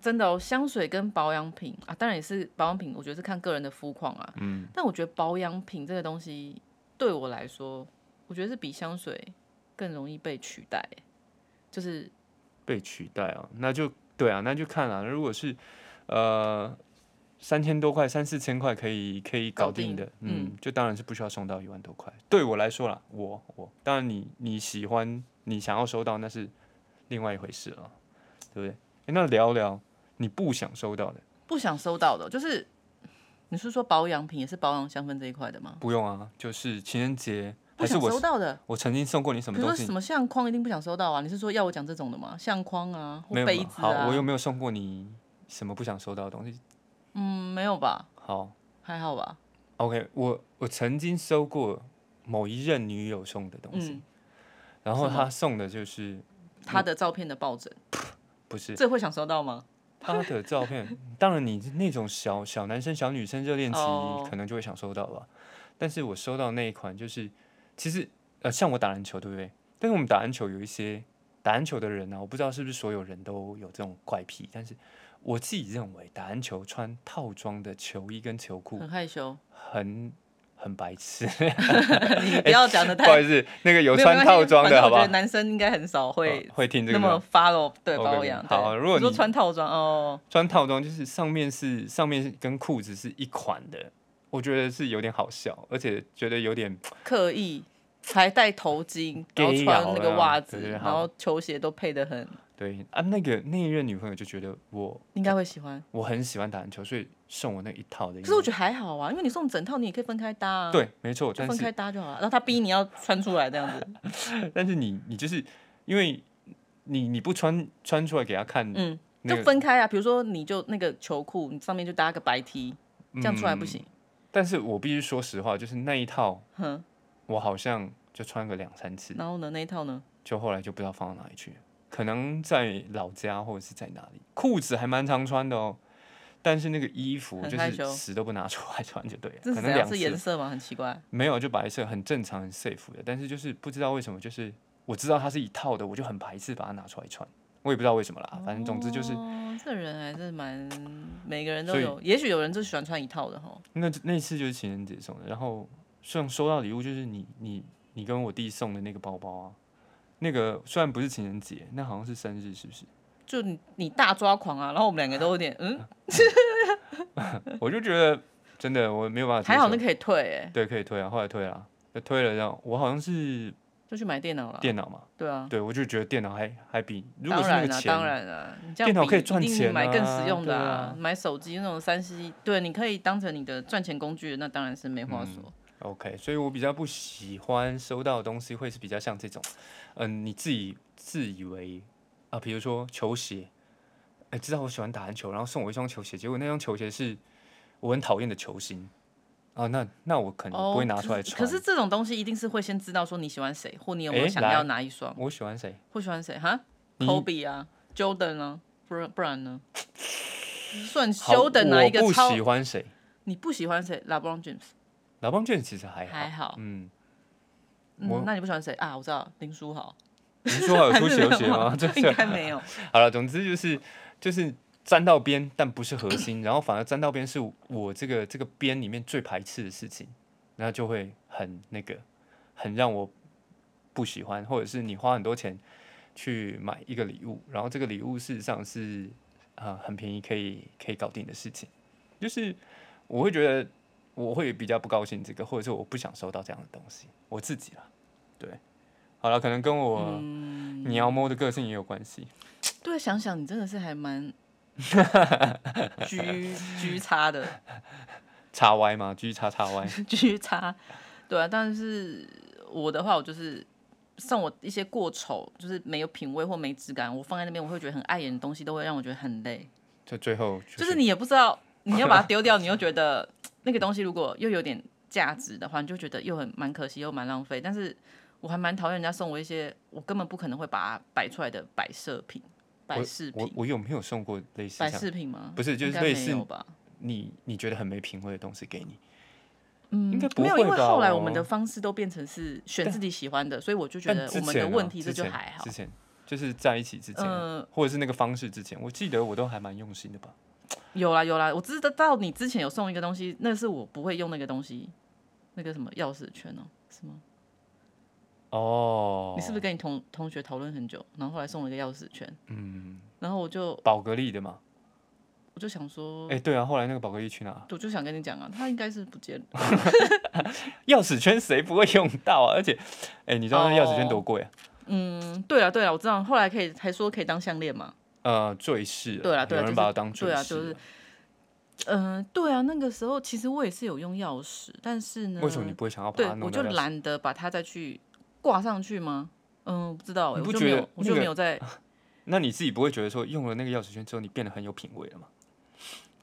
[SPEAKER 2] 真的哦，香水跟保养品啊，当然也是保养品，我觉得是看个人的肤况啊。嗯，但我觉得保养品这个东西对我来说，我觉得是比香水更容易被取代耶，就是
[SPEAKER 1] 被取代啊，那就对啊，那就看啊。如果是呃三千多块、三四千块可以可以搞
[SPEAKER 2] 搞定
[SPEAKER 1] 定的，嗯，就当然是不需要送到一万多块。对我来说啦，我我当然你你喜欢你想要收到那是另外一回事了，对不对？诶那聊聊你不想收到的，
[SPEAKER 2] 不想收到的，就是你是说保养品也是保养香氛这一块的吗？
[SPEAKER 1] 不用啊，就是情人节
[SPEAKER 2] 嗯不
[SPEAKER 1] 还是
[SPEAKER 2] 想收
[SPEAKER 1] 我
[SPEAKER 2] 到的，
[SPEAKER 1] 我曾经送过你什么
[SPEAKER 2] 比如说
[SPEAKER 1] 东西
[SPEAKER 2] 什？么相框一定不想收到啊？你是说要我讲这种的吗？相框啊，或
[SPEAKER 1] 没有
[SPEAKER 2] 杯
[SPEAKER 1] 吗，
[SPEAKER 2] 子
[SPEAKER 1] 好，
[SPEAKER 2] 啊？
[SPEAKER 1] 我有没有送过你什么不想收到的东西？
[SPEAKER 2] 嗯，没有吧？
[SPEAKER 1] 好
[SPEAKER 2] 还好吧？
[SPEAKER 1] ，OK，我我曾经收过某一任女友送的东西，
[SPEAKER 2] 嗯，
[SPEAKER 1] 然后
[SPEAKER 2] 什么
[SPEAKER 1] 她送的就是
[SPEAKER 2] 他的照片的抱枕，
[SPEAKER 1] 不是
[SPEAKER 2] 这会想收到吗？
[SPEAKER 1] 她的照片，当然你那种小小男生小女生热恋期
[SPEAKER 2] 哦
[SPEAKER 1] 可能就会想收到吧，但是我收到那一款就是其实呃像我打篮球对不对？但是我们打篮球有一些打篮球的人啊，我不知道是不是所有人都有这种怪癖，但是我自己认为打篮球穿套装的球衣跟球裤
[SPEAKER 2] 很
[SPEAKER 1] <laughs>
[SPEAKER 2] 害羞，
[SPEAKER 1] 很很白痴。
[SPEAKER 2] <laughs> 你不要讲的
[SPEAKER 1] 哎不好
[SPEAKER 2] 太。
[SPEAKER 1] 意思，那个有
[SPEAKER 2] 没没
[SPEAKER 1] 穿
[SPEAKER 2] 关系
[SPEAKER 1] 套装
[SPEAKER 2] 反正
[SPEAKER 1] 的好
[SPEAKER 2] 我
[SPEAKER 1] 不
[SPEAKER 2] 觉
[SPEAKER 1] 好
[SPEAKER 2] 得？男生应该很少会
[SPEAKER 1] 呃会听这
[SPEAKER 2] 那
[SPEAKER 1] 个
[SPEAKER 2] 么
[SPEAKER 1] 吗？
[SPEAKER 2] follow 对
[SPEAKER 1] OK，OK，
[SPEAKER 2] 保养。对
[SPEAKER 1] 好如果
[SPEAKER 2] 你说
[SPEAKER 1] 你
[SPEAKER 2] 穿套装哦，
[SPEAKER 1] 穿套装就是上面是上面跟裤子是一款的，我觉得是有点好笑，而且觉得有点
[SPEAKER 2] 刻意还戴头巾，然后
[SPEAKER 1] gay
[SPEAKER 2] 穿
[SPEAKER 1] 佬
[SPEAKER 2] 那个
[SPEAKER 1] 啦
[SPEAKER 2] 袜
[SPEAKER 1] 对
[SPEAKER 2] 子，
[SPEAKER 1] 对对
[SPEAKER 2] 然
[SPEAKER 1] 好
[SPEAKER 2] 后球鞋都配的很，
[SPEAKER 1] 对啊。那个那一任女朋友就觉得我
[SPEAKER 2] 应该会喜欢。
[SPEAKER 1] 我很喜欢打篮球，所以送我那一套的衣
[SPEAKER 2] 可
[SPEAKER 1] 服。
[SPEAKER 2] 是我觉得还好啊，因为你送整套，你也可以分开搭啊。，
[SPEAKER 1] 对，没错，
[SPEAKER 2] 就
[SPEAKER 1] 但
[SPEAKER 2] 分
[SPEAKER 1] 是
[SPEAKER 2] 开搭就好了。然后他逼你要穿出来这样子，
[SPEAKER 1] 但是你你就是因为你你不穿穿出来给他看，
[SPEAKER 2] 嗯，
[SPEAKER 1] 那
[SPEAKER 2] 就
[SPEAKER 1] 个
[SPEAKER 2] 分开啊。比如说，你就那个球裤，你上面就搭个白 T，这样出来不行。
[SPEAKER 1] 嗯但是我必须说实话，就是那一套
[SPEAKER 2] 哼，
[SPEAKER 1] 我好像就穿个两三次，
[SPEAKER 2] 然后呢，那一套呢？
[SPEAKER 1] 就后来就不知道放到哪里去，可能在老家或者是在哪里。裤子还蛮常穿的哦，但是那个衣服
[SPEAKER 2] 很
[SPEAKER 1] 就
[SPEAKER 2] 害
[SPEAKER 1] 是
[SPEAKER 2] 羞
[SPEAKER 1] 死都不拿出来穿就对了，
[SPEAKER 2] 这
[SPEAKER 1] 可能
[SPEAKER 2] 是怎
[SPEAKER 1] 两
[SPEAKER 2] 样？是颜
[SPEAKER 1] 次
[SPEAKER 2] 色吗？很奇怪。
[SPEAKER 1] 没有就白色，很正常很 safe 的。但是就是不知道为什么，就是我知道它是一套的，我就很排斥把它拿出来穿，我也不知道为什么啦。反正总之就是
[SPEAKER 2] 哦，这人还是蛮每个人都
[SPEAKER 1] 所以
[SPEAKER 2] 有，也许有人就喜欢穿一套的哈。
[SPEAKER 1] 那那次就是情人节送的，然后送收到礼物就是你你你跟我弟送的那个包包啊，那个虽然不是情人节，那好像是生日是不是？
[SPEAKER 2] 就你你大抓狂啊，然后我们两个都有点
[SPEAKER 1] <laughs>
[SPEAKER 2] 嗯，
[SPEAKER 1] 我就觉得啊真的我没有办法接受。
[SPEAKER 2] 还好那可以退哎、
[SPEAKER 1] 对，可以推啊，后来推了啊，就推了这样。我好像是
[SPEAKER 2] 就去买电脑了。
[SPEAKER 1] 电脑嘛，
[SPEAKER 2] 对啊，
[SPEAKER 1] 对我就觉得电脑还还比，如果
[SPEAKER 2] 当
[SPEAKER 1] 是那
[SPEAKER 2] 然
[SPEAKER 1] 个
[SPEAKER 2] 啦、
[SPEAKER 1] 钱，
[SPEAKER 2] 当然啦、啊你这样
[SPEAKER 1] 电脑
[SPEAKER 2] 比
[SPEAKER 1] 可以赚
[SPEAKER 2] 一定
[SPEAKER 1] 钱
[SPEAKER 2] 买更
[SPEAKER 1] 啊
[SPEAKER 2] 实用的
[SPEAKER 1] 对啊
[SPEAKER 2] 买手机那种三 C，对，你可以当成你的赚钱工具，那当然是没话
[SPEAKER 1] 嗯
[SPEAKER 2] 说。
[SPEAKER 1] OK，所以我比较不喜欢收到的东西会是比较像这种，嗯，你自己自以为啊，比如说球鞋，哎、知道我喜欢打篮球，然后送我一双球鞋，结果那双球鞋是我很讨厌的球星啊，那那我肯定
[SPEAKER 2] 哦
[SPEAKER 1] 不会拿出来
[SPEAKER 2] 可是
[SPEAKER 1] 穿。
[SPEAKER 2] 可是这种东西一定是会先知道说你喜欢谁，或你有没有
[SPEAKER 1] 诶
[SPEAKER 2] 想
[SPEAKER 1] 来
[SPEAKER 2] 要哪一双，
[SPEAKER 1] 我喜欢谁？
[SPEAKER 2] 或喜欢谁哈
[SPEAKER 1] 你
[SPEAKER 2] ？Kobe 啊，Jordan 啊，不然不
[SPEAKER 1] <laughs>
[SPEAKER 2] 然呢？算
[SPEAKER 1] 好
[SPEAKER 2] Jordan 哪一个
[SPEAKER 1] 我不
[SPEAKER 2] 超
[SPEAKER 1] 喜欢谁？
[SPEAKER 2] 你不喜欢谁？LeBron James
[SPEAKER 1] 老邦卷其实还好，
[SPEAKER 2] 还好，
[SPEAKER 1] 嗯，我
[SPEAKER 2] 嗯，那你不喜欢谁啊？我知道林
[SPEAKER 1] <laughs>
[SPEAKER 2] 书豪，
[SPEAKER 1] 你说好有出
[SPEAKER 2] <laughs> 还是
[SPEAKER 1] 球
[SPEAKER 2] 没
[SPEAKER 1] 鞋
[SPEAKER 2] 有
[SPEAKER 1] 吗？这
[SPEAKER 2] 应该没有。
[SPEAKER 1] <laughs> 好了，总之就是就是沾到边，但不是核心，然后反而沾到边是我这个这个边里面最排斥的事情，那就会很那个，很让我不喜欢，或者是你花很多钱去买一个礼物，然后这个礼物事实上是啊、很便宜，可以可以搞定的事情，就是我会觉得我会比较不高兴这个，或者是我不想收到这样的东西，我自己啦，对，好了，可能跟我你要摸的个性也有关系。
[SPEAKER 2] 对，啊想想你真的是
[SPEAKER 1] <laughs>
[SPEAKER 2] 还蛮居居差的， <laughs>
[SPEAKER 1] 叉 Y 嘛，G 叉叉 Y，
[SPEAKER 2] 居差。对啊，但是我的话，我就是送我一些过丑，就是没有品味或没质感，我放在那边，我会觉得很碍眼的东西，都会让我觉得很累。
[SPEAKER 1] <laughs> 就最后就
[SPEAKER 2] 就是你也不知道你要把它丢掉，你又觉得那个东西如果又有点价值的话，你就觉得又很蛮可惜，又蛮浪费。但是我还蛮讨厌人家送我一些我根本不可能会把它摆出来的摆设品、摆饰
[SPEAKER 1] 我
[SPEAKER 2] 品、
[SPEAKER 1] 我有没有送过类似
[SPEAKER 2] 摆
[SPEAKER 1] 像
[SPEAKER 2] 饰品吗？
[SPEAKER 1] 不是就是
[SPEAKER 2] 应该
[SPEAKER 1] 类
[SPEAKER 2] 没
[SPEAKER 1] 似
[SPEAKER 2] 有吧？
[SPEAKER 1] 你你觉得很没品味的东西给你？
[SPEAKER 2] 嗯，
[SPEAKER 1] 应该不
[SPEAKER 2] 没有，
[SPEAKER 1] 会
[SPEAKER 2] 因为
[SPEAKER 1] 吧
[SPEAKER 2] 后来
[SPEAKER 1] 哦
[SPEAKER 2] 我们的方式都变成是选自己喜欢的，所以我就觉
[SPEAKER 1] 但
[SPEAKER 2] 得
[SPEAKER 1] 之
[SPEAKER 2] 我们
[SPEAKER 1] 前
[SPEAKER 2] 的
[SPEAKER 1] 啊
[SPEAKER 2] 问题这
[SPEAKER 1] 之
[SPEAKER 2] 就
[SPEAKER 1] 前
[SPEAKER 2] 还好
[SPEAKER 1] 之。前就是在一起之前啊，
[SPEAKER 2] 嗯，
[SPEAKER 1] 或者是那个方式之前，我记得我都还蛮用心的吧。
[SPEAKER 2] 有啦有啦，我知道你之前有送一个东西，那是我不会用那个东西，那个什么钥匙圈哦、是吗？
[SPEAKER 1] 哦，
[SPEAKER 2] 你是不是跟你同同学讨论很久，然后后来送了一个钥匙圈，
[SPEAKER 1] 嗯，
[SPEAKER 2] 然后我就
[SPEAKER 1] 宝格丽的嘛？
[SPEAKER 2] 我就想说，
[SPEAKER 1] 哎、对啊，后来那个宝格丽去哪？
[SPEAKER 2] 我就想跟你讲啊，他应该是不见了，
[SPEAKER 1] 钥匙圈谁不会用到啊？而且，哎、你知道那钥匙圈
[SPEAKER 2] 哦
[SPEAKER 1] 多贵啊？
[SPEAKER 2] 嗯，对了对了，我知道，后来可以还说可以当项链嘛，
[SPEAKER 1] 呃，坠饰啊，
[SPEAKER 2] 对啦对啦
[SPEAKER 1] 有人
[SPEAKER 2] 就是
[SPEAKER 1] 把它当
[SPEAKER 2] 对
[SPEAKER 1] 坠
[SPEAKER 2] 啊
[SPEAKER 1] 饰
[SPEAKER 2] 就是
[SPEAKER 1] 啊，
[SPEAKER 2] 嗯、对啊，那个时候其实我也是有用钥匙，但是呢，
[SPEAKER 1] 为什么你不会想要把
[SPEAKER 2] 对
[SPEAKER 1] 它，弄
[SPEAKER 2] 我
[SPEAKER 1] 掉
[SPEAKER 2] 就
[SPEAKER 1] 钥匙？
[SPEAKER 2] 懒得把它再去挂上去吗？嗯，不知道、
[SPEAKER 1] 你
[SPEAKER 2] 欸，我
[SPEAKER 1] 不
[SPEAKER 2] 就没
[SPEAKER 1] 觉得
[SPEAKER 2] 有，我就
[SPEAKER 1] 那
[SPEAKER 2] 没
[SPEAKER 1] 个
[SPEAKER 2] 有在，
[SPEAKER 1] 那你自己不会觉得说用了那个钥匙圈之后，你变得很有品味了吗？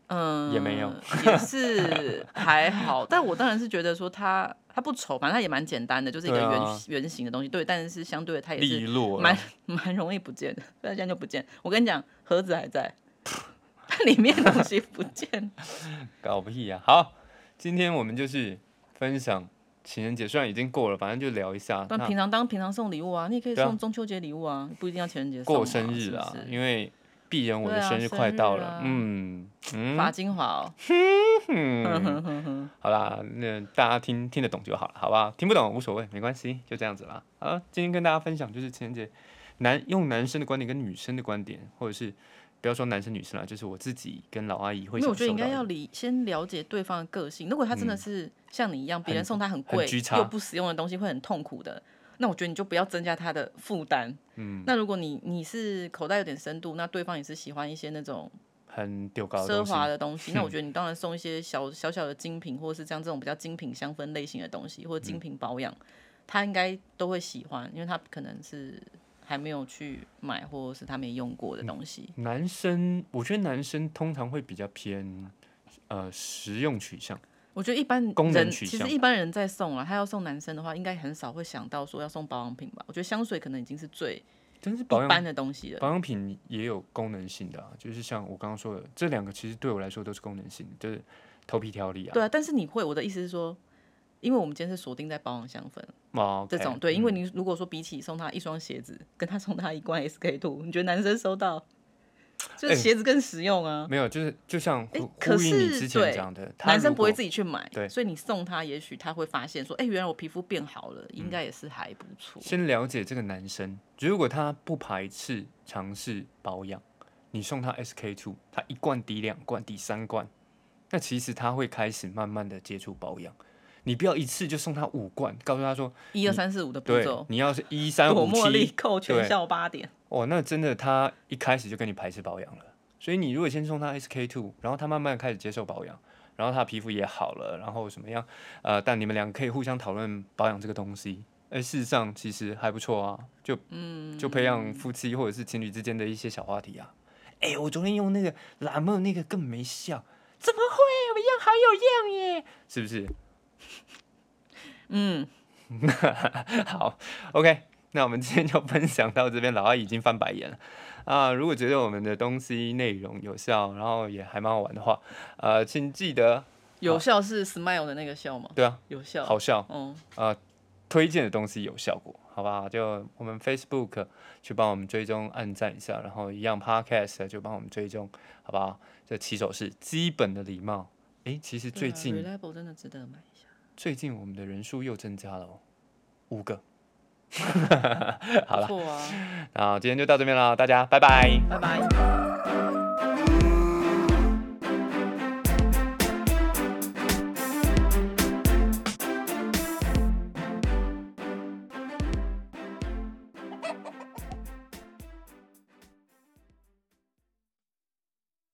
[SPEAKER 2] 嗯，
[SPEAKER 1] 也没有，
[SPEAKER 2] <laughs> 也是还好。但我当然是觉得说它它不丑，反正它也蛮简单的，就是一个
[SPEAKER 1] 对啊
[SPEAKER 2] 圆、圆形的东西，对。但是相对的，它也
[SPEAKER 1] 利
[SPEAKER 2] 是
[SPEAKER 1] 落了
[SPEAKER 2] 蛮 <laughs> 蛮容易不见的， <laughs> 不然这样就不见。我跟你讲，盒子还在，它里面东西不见了。
[SPEAKER 1] <laughs> 搞屁呀、好，今天我们就是分享情人节，虽然已经过了，反正就聊一下。
[SPEAKER 2] 但
[SPEAKER 1] 那
[SPEAKER 2] 平常当平常送礼物啊，你也可以
[SPEAKER 1] 对啊
[SPEAKER 2] 送中秋节礼物啊，不一定要情人节送啊。
[SPEAKER 1] 过生日
[SPEAKER 2] 啊
[SPEAKER 1] 啦，，因为鄙人我的
[SPEAKER 2] 对啊
[SPEAKER 1] 生日
[SPEAKER 2] 生
[SPEAKER 1] 快
[SPEAKER 2] 日
[SPEAKER 1] 到了，
[SPEAKER 2] 啊
[SPEAKER 1] 嗯嗯
[SPEAKER 2] 发精华哦， <laughs>
[SPEAKER 1] 嗯，好啦，那大家听听得懂就好了，好不好？听不懂无所谓，没关系，就这样子啦。好，今天跟大家分享就是情人节，男用男生的观点跟女生的观点，或者是不要说男生女生啦，就是我自己跟老阿姨会
[SPEAKER 2] 因为
[SPEAKER 1] 享
[SPEAKER 2] 我
[SPEAKER 1] 受
[SPEAKER 2] 觉得
[SPEAKER 1] 到
[SPEAKER 2] 应该
[SPEAKER 1] 的
[SPEAKER 2] 要理先了解对方的个性。如果他真的是像你一样，别、人送他很贵
[SPEAKER 1] 很居差
[SPEAKER 2] 又不实用的东西，会很痛苦的。那我觉得你就不要增加他的负担。嗯，那如果你你是口袋有点深度，那对方也是喜欢一些那种
[SPEAKER 1] 很丢高的
[SPEAKER 2] 奢
[SPEAKER 1] 东西。
[SPEAKER 2] 华的东西，那我觉得你当然送一些小小小的精品，或者是像这种比较精品香氛类型的东
[SPEAKER 1] 嗯
[SPEAKER 2] 西，或者精品保养，他应该都会喜欢，因为他可能是还没有去买，或者是他没用过的东西。
[SPEAKER 1] 男生，我觉得男生通常会比较偏呃实用取向，
[SPEAKER 2] 我觉得一般
[SPEAKER 1] 功能
[SPEAKER 2] 人
[SPEAKER 1] 取
[SPEAKER 2] 其
[SPEAKER 1] 向
[SPEAKER 2] 实一般人在送啊，他要送男生的话，应该很少会想到说要送保养品吧？我觉得香水可能已经是最
[SPEAKER 1] 但是保
[SPEAKER 2] 一
[SPEAKER 1] 养
[SPEAKER 2] 般的东西了。
[SPEAKER 1] 保养品也有功能性的、啊，就是像我刚刚说的，这两个其实对我来说都是功能性的，就是头皮调理啊，
[SPEAKER 2] 对啊，但是你会，我的意思是说，因为我们今天是锁定在保养香氛
[SPEAKER 1] 哦
[SPEAKER 2] 这
[SPEAKER 1] OK，
[SPEAKER 2] 种，对，因为
[SPEAKER 1] 嗯
[SPEAKER 2] 你如果说比起送他一双鞋子，跟他送他一罐 SK two，你觉得男生收到就是
[SPEAKER 1] 哎
[SPEAKER 2] 鞋子更实用啊？
[SPEAKER 1] 没有，就是就像
[SPEAKER 2] 哎
[SPEAKER 1] 呼
[SPEAKER 2] 可
[SPEAKER 1] 呼应你
[SPEAKER 2] 是
[SPEAKER 1] 之前
[SPEAKER 2] 对
[SPEAKER 1] 讲的，他
[SPEAKER 2] 男生
[SPEAKER 1] 如
[SPEAKER 2] 不会
[SPEAKER 1] 果
[SPEAKER 2] 自己去买，
[SPEAKER 1] 对
[SPEAKER 2] 所以你送他，也许他会发现说，哎、原来我皮肤变好了，
[SPEAKER 1] 嗯
[SPEAKER 2] 应该也是还不错。
[SPEAKER 1] 先了解这个男生，如果他不排斥尝试保养，你送他 SK two，他一罐抵两罐抵三罐，那其实他会开始慢慢的接触保养。你不要一次就送他五罐，告诉他说，
[SPEAKER 2] 一二三四五的步
[SPEAKER 1] 对
[SPEAKER 2] 骤，，
[SPEAKER 1] 你要是一三
[SPEAKER 2] 朵
[SPEAKER 1] 五
[SPEAKER 2] 茉莉
[SPEAKER 1] 七，
[SPEAKER 2] 扣全
[SPEAKER 1] 对
[SPEAKER 2] 校八点。
[SPEAKER 1] 哦，那真的他一开始就跟你排斥保养了。所以你如果先送他 SK two，然后他慢慢开始接受保养，然后他皮肤也好了，然后什么样，呃，但你们两个可以互相讨论保养这个东西。哎，事实上其实还不错啊，就嗯，就培养夫妻或者是情侣之间的一些小话题啊。哎，我昨天用那个蓝梦那个更没效，怎么会？我样好有样耶，是不是？
[SPEAKER 2] 嗯，
[SPEAKER 1] 好，OK，那我们今天就分享到这边，老阿姨已经翻白眼了。啊、如果觉得我们的东西内容有效，然后也还蛮好玩的话，呃，请记得，
[SPEAKER 2] 有效是 smile 的那个笑吗？
[SPEAKER 1] 对啊，
[SPEAKER 2] 有效，
[SPEAKER 1] 好笑，
[SPEAKER 2] 嗯，
[SPEAKER 1] 推荐的东西有效果，好吧？就我们 Facebook 去帮我们追踪、按赞一下，然后一样 Podcast 就帮我们追踪，好不好？这起手是基本的礼貌。诶，其实最近、
[SPEAKER 2] r e l a b l e 真的值得买一下。
[SPEAKER 1] 最近我们的人数又增加了、哦，五个。 <laughs>
[SPEAKER 2] 好了，不错啊，
[SPEAKER 1] 那今天就到这边了，大家拜拜。
[SPEAKER 2] 拜拜。